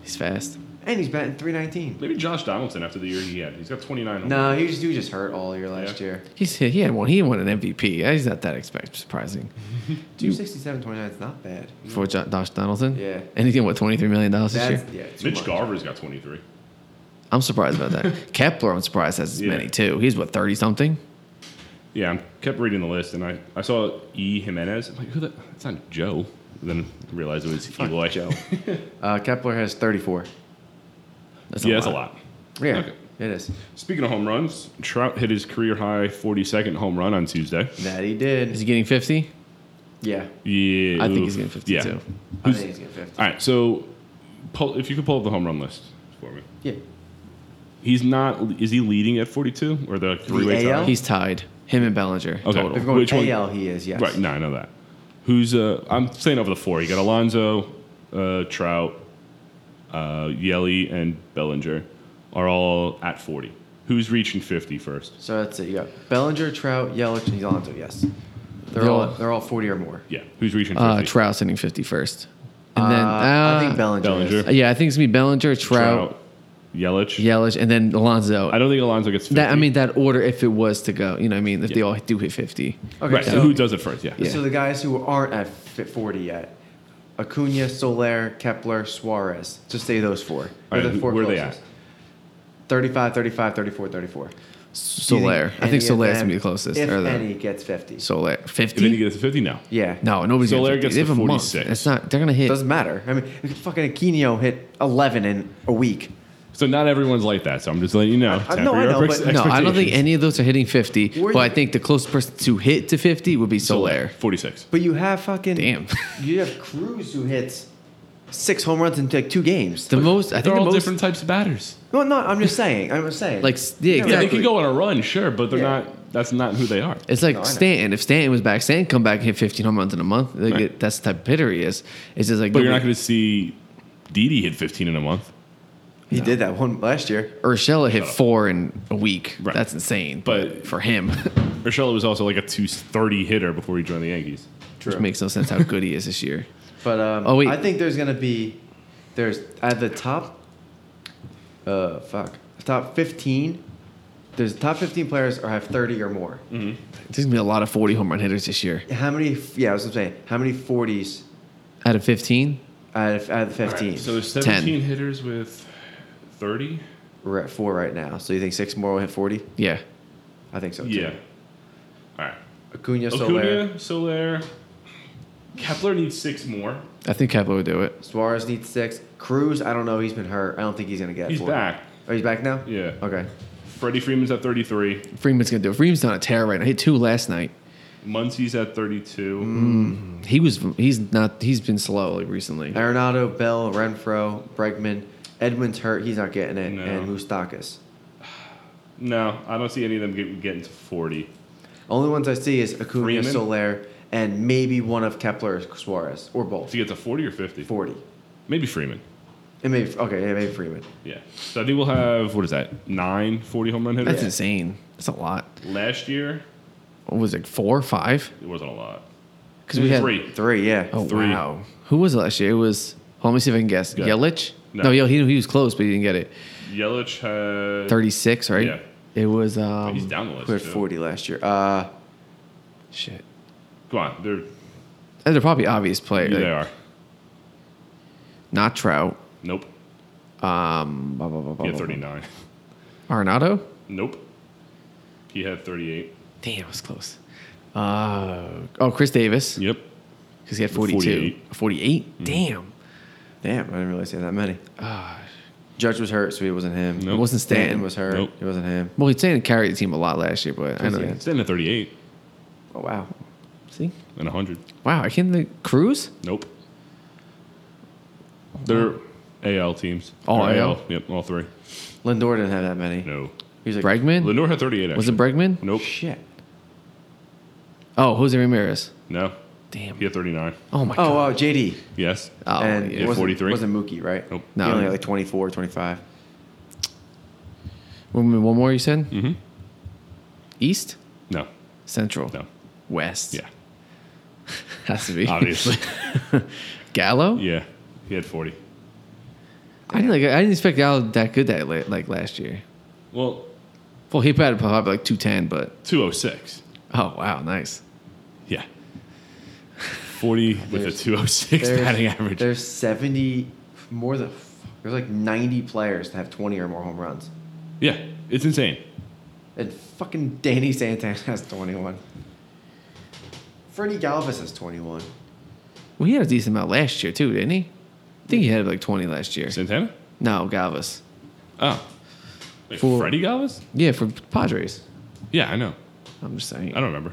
S3: He's fast.
S2: and he's batting 319.
S1: Maybe Josh Donaldson after the year he had. He's got 29. home
S2: No, he just he was just hurt all year last
S1: Yeah.
S2: year.
S3: He's he had one. He won an MVP. He's not that expect surprising.
S2: 267, 29 is not bad.
S3: For Jo- Josh Donaldson.
S2: Yeah.
S3: And he's getting what twenty three million dollars this year.
S2: That's yeah. too
S1: Mitch
S2: much.
S1: Garver's got 23.
S3: I'm surprised about that. Kepler, I'm surprised has as
S1: Yeah.
S3: many too. He's what thirty something.
S1: Yeah, I kept reading the list and I, I saw E. Jimenez. I'm like, who the? It's not Joe. Then I realized it was Eloy. Joe.
S2: Uh, Kepler has 34.
S3: That's
S1: yeah, that's a lot.
S2: Yeah,
S1: Okay.
S2: it is.
S1: Speaking of home runs, Trout hit his career high 42nd home run on Tuesday.
S2: That he
S3: Is
S2: did.
S3: he getting fifty?
S2: Yeah,
S1: Yeah,
S3: I think
S1: oof.
S3: he's getting fifty
S1: Yeah.
S3: too.
S2: I
S1: Who's-
S2: think he's getting 50.
S1: All right, so pull, if you could pull up the home run list for me.
S2: Yeah,
S1: He's not. Is he leading at 42 or the three way
S2: AL?
S1: tie?
S3: He's tied. Him and Bellinger.
S1: Okay.
S2: if
S3: Total.
S2: we're going
S1: Which one-
S2: AL, he is. Yes.
S1: Right. No, I know that. Who's uh? I'm saying over the four. You got Alonzo, uh, Trout, uh, Yelly, and Bellinger are all at 40. Who's reaching 50 first?
S2: So that's it. You got Bellinger, Trout, Yelich, and Alonso. Yes, they're
S3: They're
S2: all
S3: all-
S2: they're all 40 or more.
S1: Yeah. Who's reaching 50?
S3: Uh, Trout's hitting fifty first. And then
S2: Uh,
S3: uh,
S2: I think Bellinger.
S1: Bellinger.
S2: Is.
S3: Uh, Yeah, I think it's gonna be Bellinger, Trout,
S1: Trout, Yelich.
S3: Yelich, and then Alonzo.
S1: I don't think Alonzo gets 50.
S3: That I mean, that order if it was to go, you know, what I mean, if they
S1: Yeah.
S3: all do hit fifty,
S2: Okay,
S1: right. So,
S2: so-
S1: who does it first? Yeah.
S3: Yeah.
S2: So the guys who aren't at fi- 40 yet, Acuna, Soler, Kepler, Suarez. Just say those four.
S1: All right,
S2: They're the
S1: who-
S2: four
S1: where are they
S2: closest. 35, 35, 34, 34. Do you
S3: Soler. I
S2: any
S3: think
S2: of
S3: Soler's
S2: them,
S3: gonna be the closest.
S2: If
S3: or the,
S2: any gets 50.
S3: Soler
S1: If then he
S3: fifty.
S1: gets 50, no.
S2: yeah.
S3: No, nobody's
S1: Soler
S3: gonna
S1: gets
S3: They have
S1: to
S3: a month.
S1: 46.
S3: It's not. They're gonna hit.
S2: Doesn't matter. I mean, fucking Aquino hit 11 in a week.
S1: So not everyone's like that. So I'm just letting you know.
S2: I- no, I know, but-
S3: no, I don't think
S1: expectations.
S3: any of those are hitting fifty.
S2: Where
S3: But I
S2: you-
S3: think the closest person to hit to fifty would be
S1: Soler,
S3: Soler.
S1: 46.
S2: But you have fucking.
S3: Damn.
S2: You have Cruz who hits six home runs in like two games.
S3: The most.
S1: They're
S3: I think the
S1: all
S3: most.
S1: different types of batters.
S2: no, no, I'm just saying. I'm just saying.
S3: Like yeah,
S1: Yeah, they
S3: exactly.
S1: can go on a run, sure, but they're
S2: Yeah.
S1: not. That's not who they are.
S3: It's like
S2: No, I know.
S3: Stanton. If Stanton was back, Stanton come back and hit 15 home runs in a month. Like
S1: Right.
S3: it, that's the type of hitter he is. It's just like
S1: But you're not going to see Didi hit 15 in a month.
S2: he did that one last year.
S3: Urshela hit
S1: Shut up.
S3: four in a week.
S1: Oh. Right.
S3: That's insane.
S1: But-
S3: for him,
S1: Urshela was also like a 230 hitter before he joined the Yankees.
S2: True.
S3: which makes no sense how good he is this year.
S2: But um,
S3: Oh, wait.
S2: I think there's gonna be there's at the top. Uh, fuck. Top fifteen. There's top fifteen players or have thirty or more.
S3: Mm. There's gonna be a lot of 40 home run hitters this year.
S2: How many? Yeah, I was saying. How many forties
S3: Out of 15,
S2: out of out of fifteen?
S1: So there's
S3: 17
S1: 17 hitters with 30.
S2: We're at four right now. So you think six more will hit forty?
S3: yeah,
S2: I think so. Too.
S1: Yeah. All right.
S2: Acuna, Soler,
S1: Acuna, Soler. Kepler needs six more.
S3: I think Kepler would do it.
S2: Suarez needs six. Cruz, I don't know. He's been hurt. I don't think he's gonna get.
S1: He's
S2: 40.
S1: back.
S2: Oh, he's back now.
S1: Yeah.
S2: Okay.
S1: Freddie Freeman's at 33.
S3: Freeman's gonna do it. Freeman's on a tear right now. He hit two last night.
S1: Muncie's at 32.
S3: Mm. He was. He's not. He's been slow like, recently.
S2: Arenado, Bell, Renfro, Bregman, Edwin's hurt. He's not getting it.
S1: No.
S2: And Mustakas.
S1: No, I don't see any of them get- getting to 40.
S2: Only ones I see is Acuna,
S1: Freeman?
S2: Soler, and maybe one of Kepler or Suarez or both.
S1: To get to 40 or 50?
S2: Forty.
S1: Maybe Freeman.
S2: And maybe okay, yeah, maybe Freeman.
S1: Yeah. So I think we'll have, what is that, nine 40 home run hitters?
S3: That's insane. That's a lot.
S1: Last year,
S3: What was it? Four, five?
S1: it wasn't a lot.
S3: Because we had
S1: three.
S2: Three, yeah.
S3: Oh
S1: Three.
S3: wow! Who was it last year? It was. Hold on, let me see if I can guess.
S1: Yeah.
S3: Yelich?
S1: No.
S3: No, Yo, he, he was close, but he didn't get it.
S1: Yelich had
S3: Thirty six, right?
S1: Yeah.
S3: It was. Um,
S1: He's down the list.
S2: we had
S1: too.
S2: forty last year. Uh,
S3: Shit.
S1: Come on, they're,
S3: And They're probably obvious players.
S1: they are.
S3: Not Trout.
S1: Nope.
S3: Um, blah, blah, blah, blah,
S1: He had
S3: blah, blah.
S1: 39.
S3: Arenado?
S1: Nope. He had 38.
S3: Damn, it was close. Uh, oh, Chris Davis,
S1: Yep.
S3: because he had 42. 48?
S1: Mm-hmm.
S3: Damn.
S2: Damn, I didn't realize he had that many.
S3: Uh,
S2: Judge was hurt, so it wasn't him.
S1: Nope.
S3: It wasn't
S2: Stanton
S3: Stanton.
S2: was hurt.
S1: Nope.
S2: It wasn't him.
S3: Well, he'd Stanton carried the team a lot last year, but I know.
S2: Yeah.
S1: Standing at 38
S2: Oh wow.
S3: See?
S1: and 100.
S3: Wow, I can't think. Cruz?
S1: Nope. They're AL teams.
S3: All
S1: Or
S3: AL?
S1: Yep, all three.
S2: Lindor didn't have that many.
S1: No.
S2: He was like
S3: Bregman?
S1: Lindor had 38, actually.
S3: was it Bregman?
S1: Nope.
S2: Shit.
S3: Oh, Jose Ramirez.
S1: No.
S3: Damn.
S1: He had 39.
S3: Oh, my
S2: Oh
S3: God.
S2: wow, JD.
S1: Yes.
S3: Oh,
S2: and
S3: yeah.
S2: it wasn't,
S1: 43?
S2: wasn't Mookie, right?
S1: Nope.
S2: No.
S3: No.
S2: He only had like 24, 25.
S3: One one more, you said?
S1: Mm-hmm.
S3: East?
S1: No.
S3: Central?
S1: No.
S3: West?
S1: Yeah.
S3: Has to be.
S1: Obviously.
S3: Gallo?
S1: yeah. He had 40.
S3: I didn't, like, I didn't expect Gallo that good that la- like last year.
S1: Well,
S3: Well, he batted probably like 210, but
S1: 206.
S3: oh, wow, nice.
S1: Yeah. 40 with a
S2: There's-
S1: 206 batting average.
S2: There's 70, more than, there's like 90 players that have 20 or more home runs.
S1: Yeah. It's insane.
S2: And fucking Danny Santana has 21. Freddie Galvis has 21.
S3: Well, he had a decent amount last year, too, didn't he? I think he had like 20 last year.
S1: Santana?
S3: No, Galvis.
S1: Oh. Wait,
S3: For-
S1: Freddie Galvis?
S3: Yeah, for Padres.
S1: Yeah, I know.
S3: I'm just saying.
S1: I don't remember.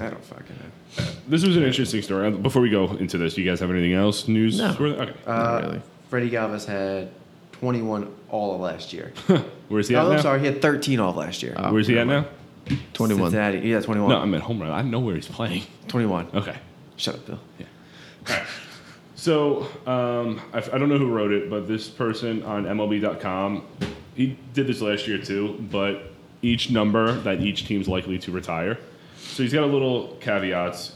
S2: I don't fucking know.
S1: This was an interesting story. Before we go into this, do you guys have anything else news?
S3: No.
S1: Okay.
S2: Uh,
S3: Not really.
S2: Freddie Galvis had 21 all of last year.
S1: Where's he at
S2: oh,
S1: now?
S2: I'm sorry. He had 13 all of last year.
S3: Oh,
S1: Where's he at now?
S3: 21.
S2: Cincinnati. Yeah, 21.
S1: No, I'm at home run. I know where he's playing.
S2: 21.
S1: Okay.
S2: Shut up, Bill.
S1: So um, I, I don't know who wrote it, but this person on MLB.com, he did this last year too. But each number that each team's likely to retire, so he's got a little caveats.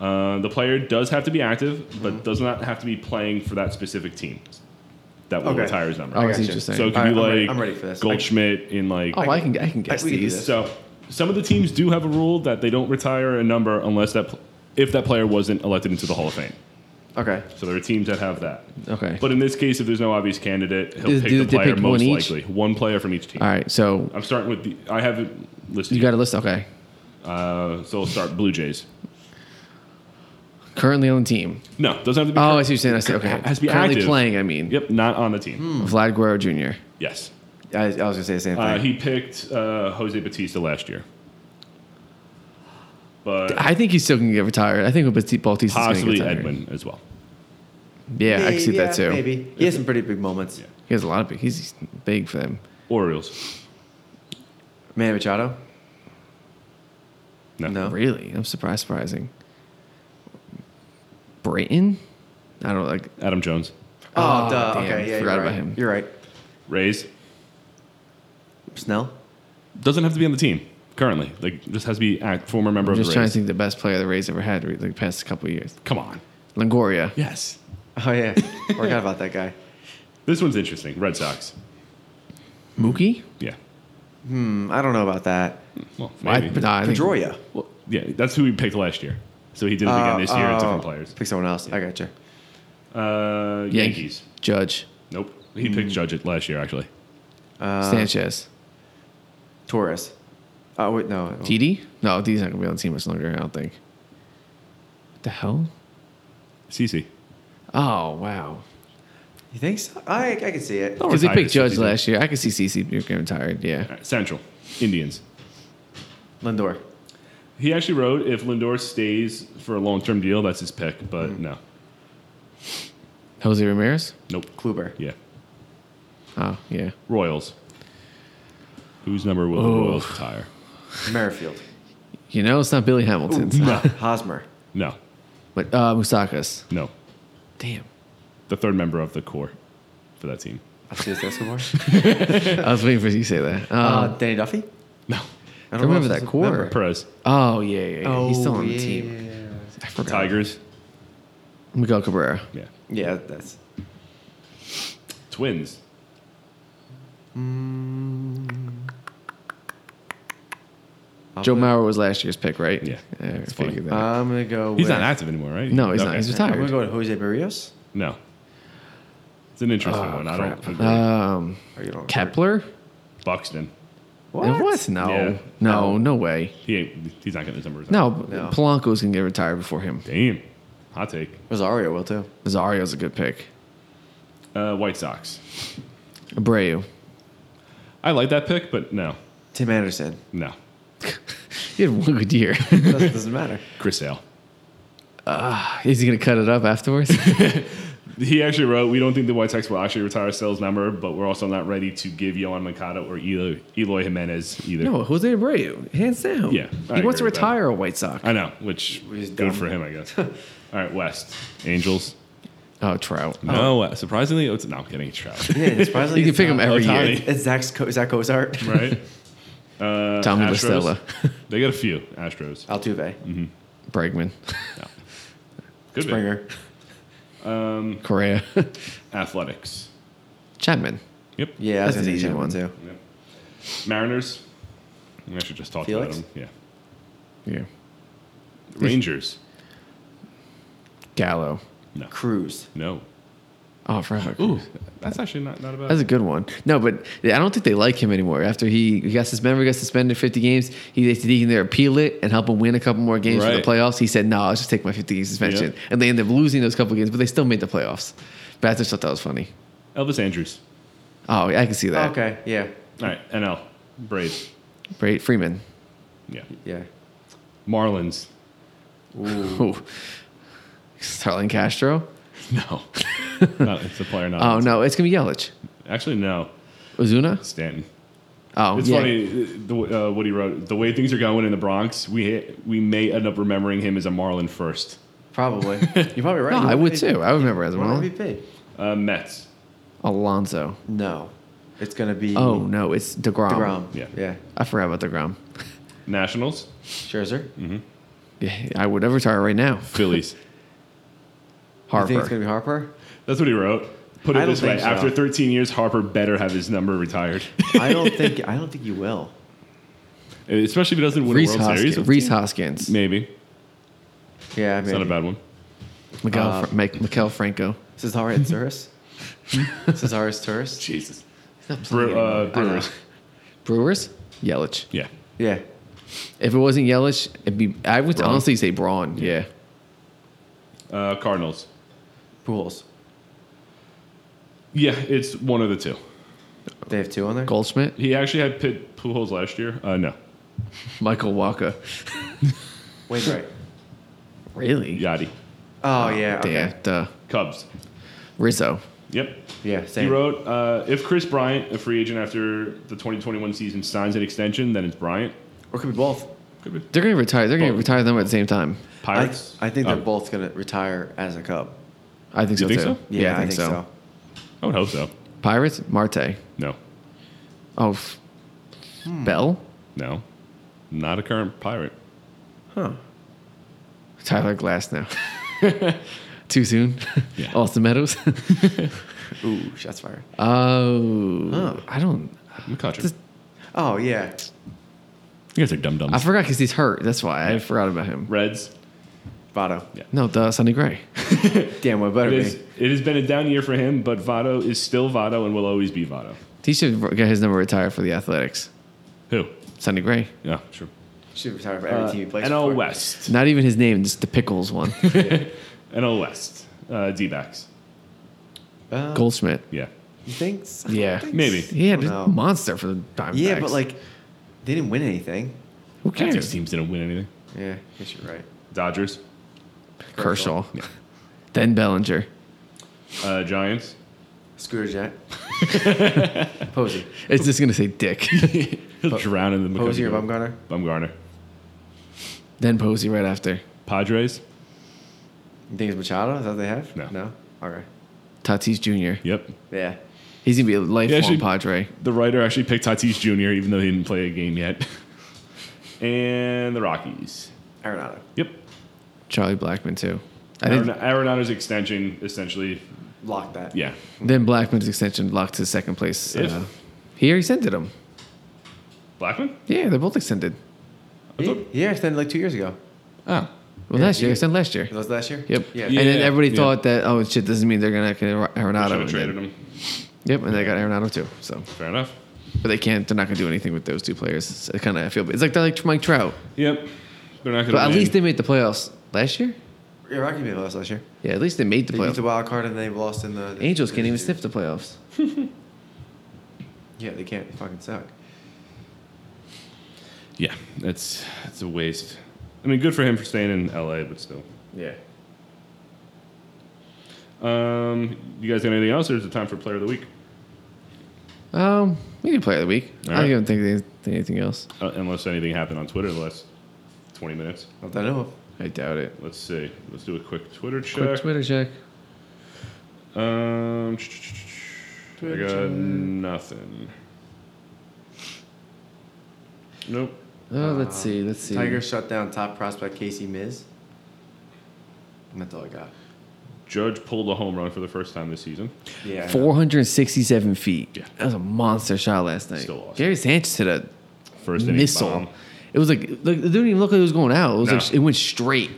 S1: Uh, the player does have to be active, but
S2: Mm-hmm.
S1: does not have to be playing for that specific team that will
S2: Okay.
S1: retire his number.
S3: Oh, I
S2: gotcha.
S3: see what you're saying.
S1: So it could
S2: Alright,
S1: be
S2: I'm
S1: like
S2: ready- I'm ready for this.
S1: Goldschmidt in like
S3: oh, I can, I can guess
S2: we can do
S3: these.
S2: this.
S1: so some of the teams do have a rule that they don't retire a number unless that pl- if that player wasn't elected into the Hall of Fame.
S2: Okay.
S1: So there are teams that have that.
S3: Okay.
S1: But in this case, if there's no obvious candidate, he'll
S3: Do-
S1: pick
S3: do
S1: the
S3: they
S1: player
S3: pick
S1: most
S3: one each?
S1: likely. One player from each team.
S3: All right, so
S1: I'm starting with the. I have it listed.
S3: you got a list. Okay.
S1: uh, so we'll start Blue Jays.
S3: Currently on the team.
S1: No, doesn't have to be.
S3: Oh,
S1: current.
S3: I see what you're saying. I see. Okay.
S1: Has to be
S3: Currently
S1: active.
S3: playing, I mean.
S1: Yep, not on the team.
S3: Vlad Guerrero Jr.
S1: Yes.
S2: I, I was going to say the same thing.
S1: Uh, he picked uh, Jose Batista last year. But
S3: I think he's still going to get retired. I think Batista Bautista's gonna
S1: possibly
S3: get retired.
S1: Edwin as well.
S3: Yeah, I can see that too.
S2: Maybe. He has some pretty big moments.
S1: Yeah.
S3: He has a lot of big. He's big for them.
S1: Orioles.
S2: Manny Machado?
S1: No.
S2: No.
S3: Really, I'm surprised. Surprising. Brayton. I don't like.
S1: Adam Jones.
S2: Oh,
S3: Oh,
S2: duh.
S3: damn,
S2: Okay, yeah,
S3: forgot
S2: you're
S3: about
S2: right.
S3: him.
S2: You're right.
S1: Rays
S2: Snell?
S1: doesn't have to be on the team currently. Like just has to be a former member
S3: I'm
S1: of
S3: just
S1: the
S3: trying to
S1: Rays.
S3: think the best player the Rays ever had like the past couple of years.
S1: Come on.
S3: Longoria.
S1: Yes.
S2: Oh, yeah. Forgot about that guy.
S1: This one's interesting. Red Sox.
S3: Mookie.
S1: Yeah.
S2: Hmm, I don't know about that.
S1: Well,
S3: I,
S1: maybe.
S3: nah, I think-
S2: Pedroia.
S1: Well, yeah, that's who he picked last year. So he did it again this year
S2: Oh,
S1: at
S2: oh.
S1: different players.
S2: Pick someone else. I got you.
S1: Uh, Yankees.
S3: Yankees. Hmm. Judge.
S1: Nope. He picked Judge it last year actually.
S2: Uh,
S3: Sanchez.
S2: Torres. Oh, wait, no.
S3: Didi? No, Didi's not gonna be on the team much longer. I don't think. What the hell?
S1: CC.
S3: Oh wow!
S2: You think so? I, I can see it.
S1: Oh.
S3: Because they
S1: retire
S3: picked Judge
S1: CC.
S3: last year. I could see CC getting retired. Yeah.
S1: All right, Uh, Central. Indians.
S2: Lindor.
S1: He actually wrote if Lindor stays for a long term deal, that's his pick, but
S3: Hmm.
S1: no.
S3: Jose Ramirez.
S1: Nope.
S2: Kluber.
S1: Yeah.
S3: Oh yeah.
S1: Royals. Whose number will the
S3: Oh.
S1: Royals retire?
S2: Merrifield.
S3: You know it's not Billy Hamilton.
S1: No.
S2: Hosmer.
S1: No.
S3: But uh, Musakas.
S1: No.
S3: Damn.
S1: the third member of the core for that team.
S2: Alcides Escobar.
S3: I was waiting for you to say that.
S2: uh,
S3: Uh,
S2: Danny Duffy.
S1: No.
S2: I
S3: I remember
S2: if
S3: that
S2: that's a
S3: core.
S2: member.
S1: Perez.
S3: oh yeah, yeah, yeah.
S2: Oh,
S3: He's still on
S2: yeah.
S3: the team. I forgot.
S1: Tigers.
S3: Miguel Cabrera.
S1: Yeah.
S2: Yeah, that's.
S1: Twins.
S2: I'll
S3: Joe
S2: put-
S3: Mauer was last year's pick, right?
S1: Yeah.
S3: I
S1: It's funny.
S3: figured that.
S2: I'm going to go.
S1: He's
S2: with,
S1: not active anymore, right?
S3: No, he's not. He's
S2: I'm going to go with Jose Barrios.
S1: No. It's an interesting
S3: Oh,
S1: one. I don't agree.
S3: Um,
S2: Or you don't
S3: Kepler?
S1: Buxton.
S3: What? No,
S1: Yeah.
S3: no, no way.
S1: He ain't, he's not getting his numbers.
S3: No,
S2: No.
S3: Polanco's gonna get retired before him.
S1: Damn. Hot take.
S2: Rosario will too.
S3: Rosario's a good pick.
S1: Uh, White Sox.
S3: Abreu.
S1: I like that pick, but no.
S2: Tim Anderson.
S1: No.
S3: He had one good year.
S2: Doesn't, doesn't matter.
S1: Chris Sale.
S3: Is he gonna cut it up afterwards?
S1: He actually wrote, "We don't think the White Sox will actually retire Sale's number, but we're also not ready to give Yohan Mikado or Eloy, Eloy Jimenez either."
S3: no, Jose Abreu, hands down.
S1: Yeah, I agree
S3: he wants to
S1: with that.
S3: retire a White Sox.
S1: I know, which
S2: Which is
S1: is
S2: dumb.
S1: good for him, I guess. All right, West Angels.
S3: Oh, Trout.
S1: No, uh, surprisingly, it's no. I'm kidding. It's Trout,
S2: Yeah, surprisingly,
S3: You can
S2: it's
S3: pick him
S2: not-
S3: every year.
S1: Ohtani.
S2: It's Zach's Co- Zach Cozart.
S1: right? Uh,
S3: Tommy
S1: Astros.
S3: LaStella,
S1: They got a few Astros.
S2: Altuve.
S1: Mm-hmm.
S3: Bregman,
S1: Good pick.
S2: Springer.
S3: Correa,
S1: Athletics.
S3: Chapman.
S1: Yep.
S2: Yeah, I was
S3: That's
S2: gonna
S3: an
S2: say
S3: easy
S2: Chapman,
S3: one.
S2: too.
S1: Yep. Mariners. I should just talk
S2: Felix?
S1: about them.
S3: Yeah,
S1: Yeah. Rangers.
S3: Gallo.
S2: Cruz.
S1: No.
S3: Oh, fuck.
S1: Ooh, that's actually not not a bad.
S3: That's a good one. No, but I don't think they like him anymore. After he, he got suspended, got suspended 50 games. He they said he can either appeal it and help him win a couple more games for the
S1: Right.
S3: playoffs. He said, "No, I'll just take my 50 game suspension."
S1: Yeah.
S3: And they ended up losing those couple games, but they still made the playoffs. But I just thought that was funny.
S1: Elvis Andrews.
S3: Oh, I can see that.
S2: Okay. Yeah.
S1: All right, NL. Braves.
S3: Right, Freeman.
S1: Yeah.
S2: Yeah.
S1: Marlins.
S2: Ooh.
S3: Ooh. Starling Castro.
S1: No. not, it's a player. Not.
S3: Oh no, it's gonna be Yelich.
S1: Actually, no.
S3: Ozuna.
S1: Stanton.
S3: Oh,
S1: It's
S3: yeah.
S1: funny the, uh, what he wrote. The way things are going in the Bronx, we we may end up remembering him as a Marlin first.
S2: Probably. You're probably right.
S3: No,
S2: He
S3: I
S2: won
S3: would
S2: MVP.
S3: too. I would remember as
S2: He won
S3: well.
S2: MVP.
S1: Uh, Mets.
S3: Alonso.
S2: No. It's gonna be.
S3: Oh no, it's Degrom.
S2: Degrom.
S1: Yeah.
S2: Yeah.
S3: I forgot about Degrom.
S1: Nationals.
S2: Scherzer.
S1: Mm-hmm.
S3: Yeah, I would retire right now.
S1: Phillies.
S2: You think it's
S3: Harper.
S2: gonna be Harper?
S1: That's what he wrote. Put
S2: I
S1: it
S2: don't
S1: this way:
S2: think so.
S1: after 13 years, Harper better have his number retired,
S2: I don't think. I don't think you will.
S1: especially if he doesn't win
S3: Reese
S1: a World
S3: Hoskins.
S1: Series.
S3: Reese Hoskins.
S1: Maybe
S2: Yeah.
S1: it's
S2: Maybe.
S1: not a bad one.
S3: Miguel,
S2: Uh,
S3: Fra- Mike, Mikel Franco.
S2: Cesare and Turris. Cesare Turris.
S1: Jesus. Bre- uh,
S2: I know.
S1: Brewers.
S3: Brewers. Yelich.
S1: Yeah.
S2: Yeah.
S3: If it wasn't Yelich, it'd be. I would
S1: Braun.
S3: honestly say Braun. Yeah.
S1: Uh, Cardinals.
S2: Pools.
S1: Yeah, it's one of the two.
S2: They have two on there.
S3: Goldschmidt.
S1: He actually had pit Pujols last year. Uh, no,
S3: Michael Walker.
S2: Wainwright.
S3: Really?
S1: Yachty.
S2: Oh yeah. Okay.
S3: Damn. Duh.
S1: Cubs.
S3: uh, Rizzo.
S1: Yep.
S2: Yeah. Same.
S1: He wrote, uh, "If Chris Bryant, a free agent after the 2021 season, signs an extension, then it's Bryant.
S2: Or could be both.
S1: Could be
S3: They're gonna retire. They're gonna
S1: Both.
S3: retire them at the same time.
S2: I,
S1: Pirates.
S2: I think they're
S1: Oh,
S2: both gonna retire as a Cub.
S3: I think
S1: You
S3: so
S1: think
S3: too.
S1: so?
S2: Yeah, I, think, so.
S1: I would hope so.
S3: Pirates. Marte.
S1: No,
S3: Oh. f-
S2: Hmm.
S3: Bell.
S1: no, not a current pirate.
S3: Tyler Glass now. Too soon.
S1: Yeah.
S3: Austin Meadows.
S2: Ooh, shots fired.
S3: oh.
S2: Huh.
S3: I don't.
S1: McCutcheon.
S3: This-
S2: Oh yeah.
S1: you guys are dumb
S3: I
S1: dumbs.
S3: forgot because he's hurt. That's why I forgot about him.
S1: Reds.
S2: Votto.
S3: No, the Sunny Gray.
S2: Damn, what better
S1: It,
S2: be?
S1: is, it has been a down year for him, but Votto is still Votto and will always be Votto.
S3: He should get his number retired for the Athletics.
S1: Who?
S3: Sunny Gray.
S1: Yeah, sure.
S2: Should retire for every
S1: Uh,
S2: team he plays
S1: NL
S2: for.
S1: West.
S3: Not even his name, just the Pickles one.
S1: NL West. Uh, D-backs.
S2: Uh,
S3: Goldschmidt.
S1: Yeah.
S2: You think? so?
S3: Yeah.
S1: Maybe.
S3: He had
S2: I don't
S3: a
S2: know.
S3: monster for the Diamondbacks.
S2: Yeah, but like, they didn't win anything.
S3: who
S1: Okay. These
S3: cares?
S1: teams didn't win anything.
S2: Yeah, I guess you're right.
S1: Dodgers.
S3: Kershaw. Then Bellinger.
S1: Uh, Giants.
S2: Scooter Jack. Posey.
S3: It's just gonna say Dick.
S1: He'll drown in the
S2: Posey or Bumgarner?
S1: Bumgarner.
S3: then Posey right after.
S1: Padres.
S2: You think it's Machado? Is that what they have?
S1: No.
S2: No? Okay.
S3: Tatis Jr.
S1: Yep.
S2: Yeah.
S3: He's gonna be a lifelong
S1: actually-
S3: Padre.
S1: The writer actually picked Tatis Jr., even though he didn't play a game yet. and the Rockies.
S2: Arenado.
S1: Yep.
S3: Charlie Blackman too. I think
S1: Arena- Arenado's extension, essentially.
S2: Lock that.
S1: Yeah.
S3: then Blackman's extension locked to second place.
S1: If-
S3: Uh, he already extended him.
S1: Blackman?
S3: Yeah, they're both extended.
S1: I
S2: He,
S1: thought-
S2: he extended like two years ago.
S3: Oh. Well, last year. I said last year.
S2: That was last year.
S3: Yep.
S2: Yeah.
S3: And then
S1: Yeah,
S3: everybody
S1: yeah.
S3: thought that, oh, shit, doesn't mean they're going to get Ar-
S1: I
S3: Arenado.
S1: should
S3: And
S1: have traded
S3: they-
S1: him.
S3: Yep. And they got Arenado too. So,
S1: Fair enough.
S3: but they can't, they're not going to do anything with those two players. It's kind of, I feel, it's like they're like Mike Trout.
S1: Yep. They're not going to.
S3: But at least they made the playoffs last year.
S2: Yeah, Rocky made it last last year.
S3: Yeah. At least they made the
S2: They beat the
S3: playoffs.
S2: wild card and they lost in the
S3: Angels can't even sniff the playoffs.
S2: Yeah, they can't. They fucking suck.
S1: Yeah, that's that's a waste. I mean, good for him for staying in LA, but still.
S3: Yeah.
S1: Um, you guys got anything else, or is it time for player of the week?
S3: Um, we can play of the week.
S1: All
S3: I
S1: right.
S3: don't think there's anything else.
S1: Uh, unless anything happened on Twitter in the last twenty minutes.
S2: Not that I know of.
S3: I doubt it.
S1: Let's see. Let's do a quick Twitter check.
S3: Quick Twitter check.
S1: Um, I
S2: Twitter
S1: got
S2: check.
S1: nothing. Nope.
S3: Oh,
S2: Uh,
S3: let's see. Let's see.
S2: Tigers shut down top prospect Casey Miz. And that's all I got.
S1: Judge pulled a home run for the first time this season.
S2: Yeah. I know.
S3: 467 feet.
S1: Yeah.
S3: That was a monster shot last night.
S1: Still lost.
S3: Gary Sanchez hit a
S1: First inning
S3: missile.
S1: bomb.
S3: It was like, like it didn't even look like it was going out. It was
S1: No.
S3: like it went straight,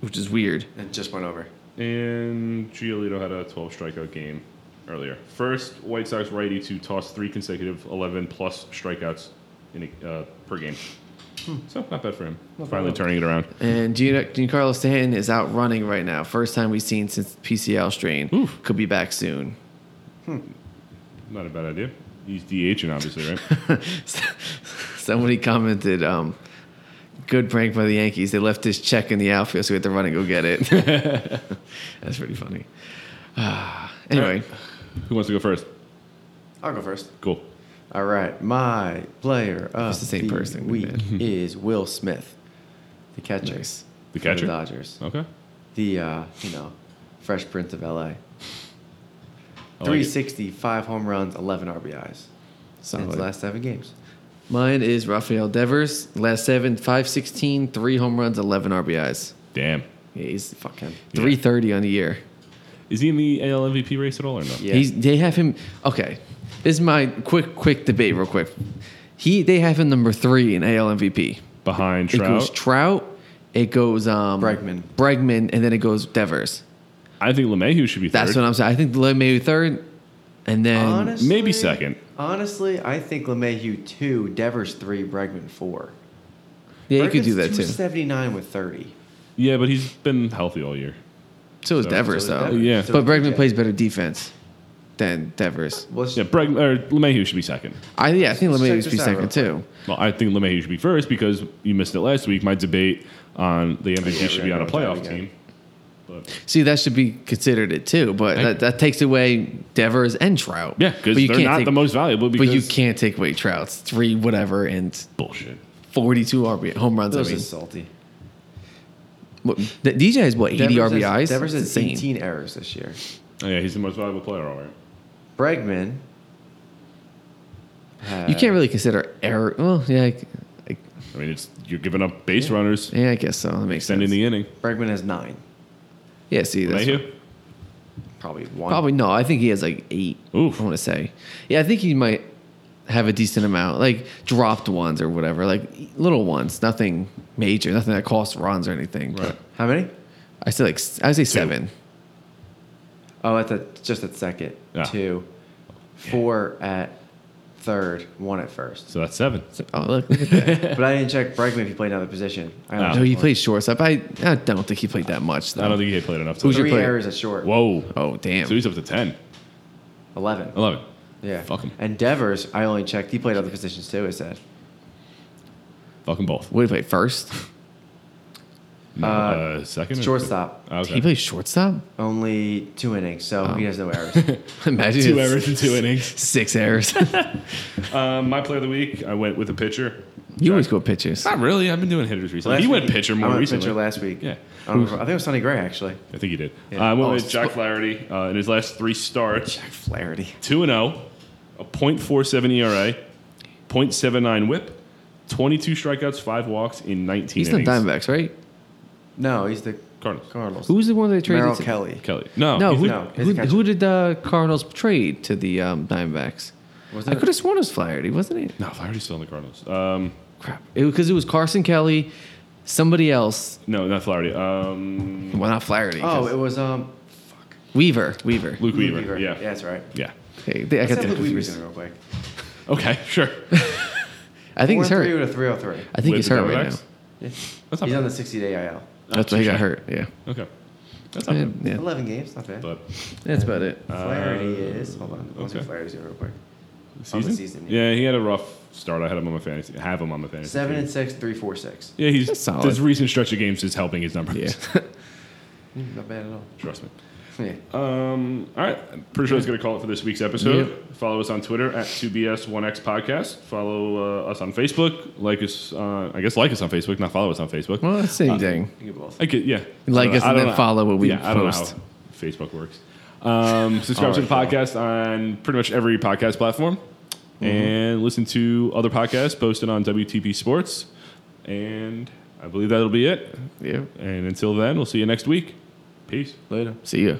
S3: which is weird.
S2: It just went over.
S1: And Giolito had a 12 strikeout game earlier. First White Sox righty to toss three consecutive 11 plus strikeouts in a, uh, per game. So not bad for him. Finally turning it around.
S3: And Gian- Giancarlo Stanton is out running right now. First time we've seen since PCL strain.
S1: Oof.
S3: Could be back soon.
S1: Not a bad idea. He's DHing, obviously, right?
S3: Somebody commented, um, "Good prank by the Yankees. They left his check in the outfield, so we had to run and go get it." That's pretty funny. Ah, anyway,
S1: Who wants to go first?
S2: I'll go first.
S1: Cool.
S2: All right, my player of
S3: It's the same person,
S2: week
S3: man.
S2: is Will Smith, the catcher.
S3: Nice.
S1: The
S2: for
S1: catcher?
S2: the Dodgers.
S1: Okay.
S2: The uh, you know, Fresh Prince of LA.
S1: I like
S2: Three
S1: it.
S2: sixty, five home runs, eleven RBIs. in his
S3: Solid.
S2: last seven games.
S3: Mine is Rafael Devers. Last seven, 516, three home runs, 11 RBIs.
S1: Damn.
S3: Yeah, he's
S2: Fuck him.
S3: 330 on the year.
S1: Is he in the AL MVP race at all or no?
S2: Yeah.
S3: He's, they have him. Okay. This is my quick, quick debate, real quick. He, they have him number three in AL MVP.
S1: Behind
S3: It
S1: Trout.
S3: goes Trout. It goes um,
S2: Bregman.
S3: Bregman, and then it goes Devers.
S1: I think LeMahieu should be third.
S3: That's what I'm saying. I think maybe third, and then
S2: Honestly,
S1: Maybe second.
S2: Honestly, I think LeMahieu two, Devers three, Bregman four.
S3: yeah, you could do that too.
S2: Seventy nine with thirty.
S1: yeah, but he's been healthy all year.
S3: So is
S1: So-
S3: Devers
S2: so is
S3: though.
S2: Devers.
S1: Yeah.
S2: So
S3: but
S2: is
S3: Bregman
S2: DJ.
S3: plays better defense than Devers.
S2: Well, it's-
S1: Yeah, Breg- or LeMahieu should be second.
S3: I yeah, I think
S2: Let's check
S3: LeMahieu
S2: this
S3: should be
S2: out
S3: second
S2: real
S3: too.
S1: Well, I think LeMahieu should be first because you missed it last week. My debate on the MVP
S2: we're
S1: should be on
S2: gonna
S1: a
S2: go with
S1: playoff
S2: that again.
S1: team. But
S3: See, that should be considered it too. But
S1: I-
S3: that, that takes away Devers and Trout.
S1: yeah, because
S3: But you
S1: they're
S3: can't
S1: not
S3: take-
S1: the most valuable. Because
S3: But you can't take away Trout's three whatever and
S1: bullshit.
S3: forty-two RB home runs. I
S2: Those
S3: mean,
S2: are salty.
S3: What- the DJ is what eighty
S2: Devers has-
S3: RBIs.
S2: Devers
S3: It's
S2: has
S3: insane.
S2: eighteen errors this year.
S1: Oh, yeah, he's the most valuable player. All right.
S2: Bregman. had-
S3: You can't really consider error. Well, yeah, I, I-
S1: I mean, it's you're giving up base runners,
S3: yeah, I guess so. That makes
S1: extending
S3: sense.
S1: the inning.
S2: Bregman has nine.
S3: yeah, see, that's
S1: LeMahieu.
S2: Probably one.
S3: probably no. I think he has like eight.
S1: Oof.
S3: I want to say. Yeah, I think he might have a decent amount, like dropped ones or whatever, like little ones. Nothing major. Nothing that costs runs or anything. But
S1: Right.
S2: How many?
S3: I say like s- I say seven.
S2: Oh, at the just at second.
S1: Ah.
S2: Two. Four at third. One at first.
S1: So that's seven.
S3: So- oh look, look at that.
S2: But I didn't check Bregman if he played another position. I only
S1: No.
S2: checked
S3: no, he
S2: one.
S3: played shortstop. I, I don't think he played that much. Though.
S1: I don't think he played enough.
S3: Who's your
S1: Today.
S2: Three
S3: player?
S2: errors at short.
S1: Whoa.
S3: Oh damn.
S1: So he's up to ten.
S2: Eleven.
S1: Eleven.
S2: Yeah.
S1: Oh, Fuck him.
S2: And Devers, I only checked. He played other positions too. It said.
S1: Fuck them both.
S3: What did he play first?
S1: No,
S2: Uh,
S1: uh, second. or- Ah,
S2: Shortstop.
S1: Okay.
S3: He played shortstop.
S2: Only two innings, so
S1: Oh.
S2: he has no errors.
S3: Imagine
S1: Two
S3: it's
S1: errors in two innings.
S3: Six errors.
S1: Um, my player of the week, I went with a pitcher.
S3: you always go pitchers.
S1: Not really. I've been doing hitters recently.
S2: Last
S1: he went
S2: week-
S1: pitcher more
S2: I went
S1: recently.
S2: Pitcher last week.
S1: Yeah.
S2: I, don't remember. I think it was Sonny Gray actually.
S1: I think he did.
S2: Yeah.
S1: Uh, I went
S2: Oh,
S1: with Jack
S2: so-
S1: Flaherty uh, in his last three starts.
S2: Flaherty.
S1: 2 and 0, a .47 ERA, .79 WHIP, 22 strikeouts, five walks in 19
S3: He's in the
S1: innings.
S3: Diamondbacks, right?
S2: No, he's the
S1: Cardinals.
S2: Cardinals.
S3: Who's the one they traded?
S2: Merrill
S3: to-
S2: Kelly.
S1: Kelly. No.
S3: No,
S1: he's
S3: who,
S1: not.
S2: no, he's
S3: who,
S2: a catcher.
S3: who did the Cardinals trade to the um, Diamondbacks?
S2: Was
S3: I
S2: it-
S3: could have sworn it was Flaherty, wasn't it?
S1: no, Flaherty's still in the Cardinals. Um,
S3: Crap. Because it, was Carson Kelly, Somebody else.
S1: No, not Flaherty. Um,
S3: Well, not Flaherty. 'cause-
S2: Oh, it was um. Fuck.
S3: Weaver. Weaver.
S1: Luke Weaver. Yeah.
S2: yeah, that's right.
S1: Yeah.
S3: Hey, they- I,
S2: Let's
S3: got
S2: have
S3: them
S2: Luke Weaver's
S3: confused.
S2: in real quick.
S1: Okay, sure.
S3: I think he's
S2: Three
S3: hurt.
S2: to three hundred three.
S3: I think
S1: With
S3: he's
S1: the
S3: hurt right now.
S1: Diamondbacks?
S2: He's on the sixty day IL.
S3: That's why he got hurt. Yeah.
S1: Okay. That's not
S3: Yeah.
S1: bad.
S3: yeah.
S2: Eleven games, not bad.
S1: But
S3: That's about it.
S2: Flaherty is. Hold on. Let's see
S1: Uh, okay.
S2: Flaherty's in real quick.
S1: season?
S2: season,
S1: yeah. he had a rough start. I had him on my fantasy. Have him on my fantasy.
S2: Seven
S1: team.
S2: and six, three, four, six.
S1: Yeah, he's
S3: That's solid.
S1: this recent stretch of games is helping his numbers.
S3: Yeah.
S2: Mm, Not bad at all.
S1: Trust me.
S2: Yeah.
S1: Um, all right. I'm pretty sure that's going to call it for this week's episode.
S3: Yep.
S1: Follow us on Twitter at 2BS1X Podcast. Follow uh, us on Facebook. Like us, uh, I guess, like us on Facebook, not follow us on Facebook.
S3: Well, that's the same thing.
S2: You can both.
S1: I could, yeah.
S3: Like
S1: I don't
S3: us and
S1: know- I
S3: then
S1: don't know-
S3: follow what we
S1: yeah, I don't know
S3: post.
S1: how Facebook works. Um, subscribe to the
S2: Alright,
S1: podcast on pretty much every podcast platform
S3: Mm-hmm.
S1: and listen to other podcasts posted on WTP Sports. And I believe that'll be it.
S3: Yeah.
S1: And until then, we'll see you next week. Peace.
S2: Later.
S3: See ya.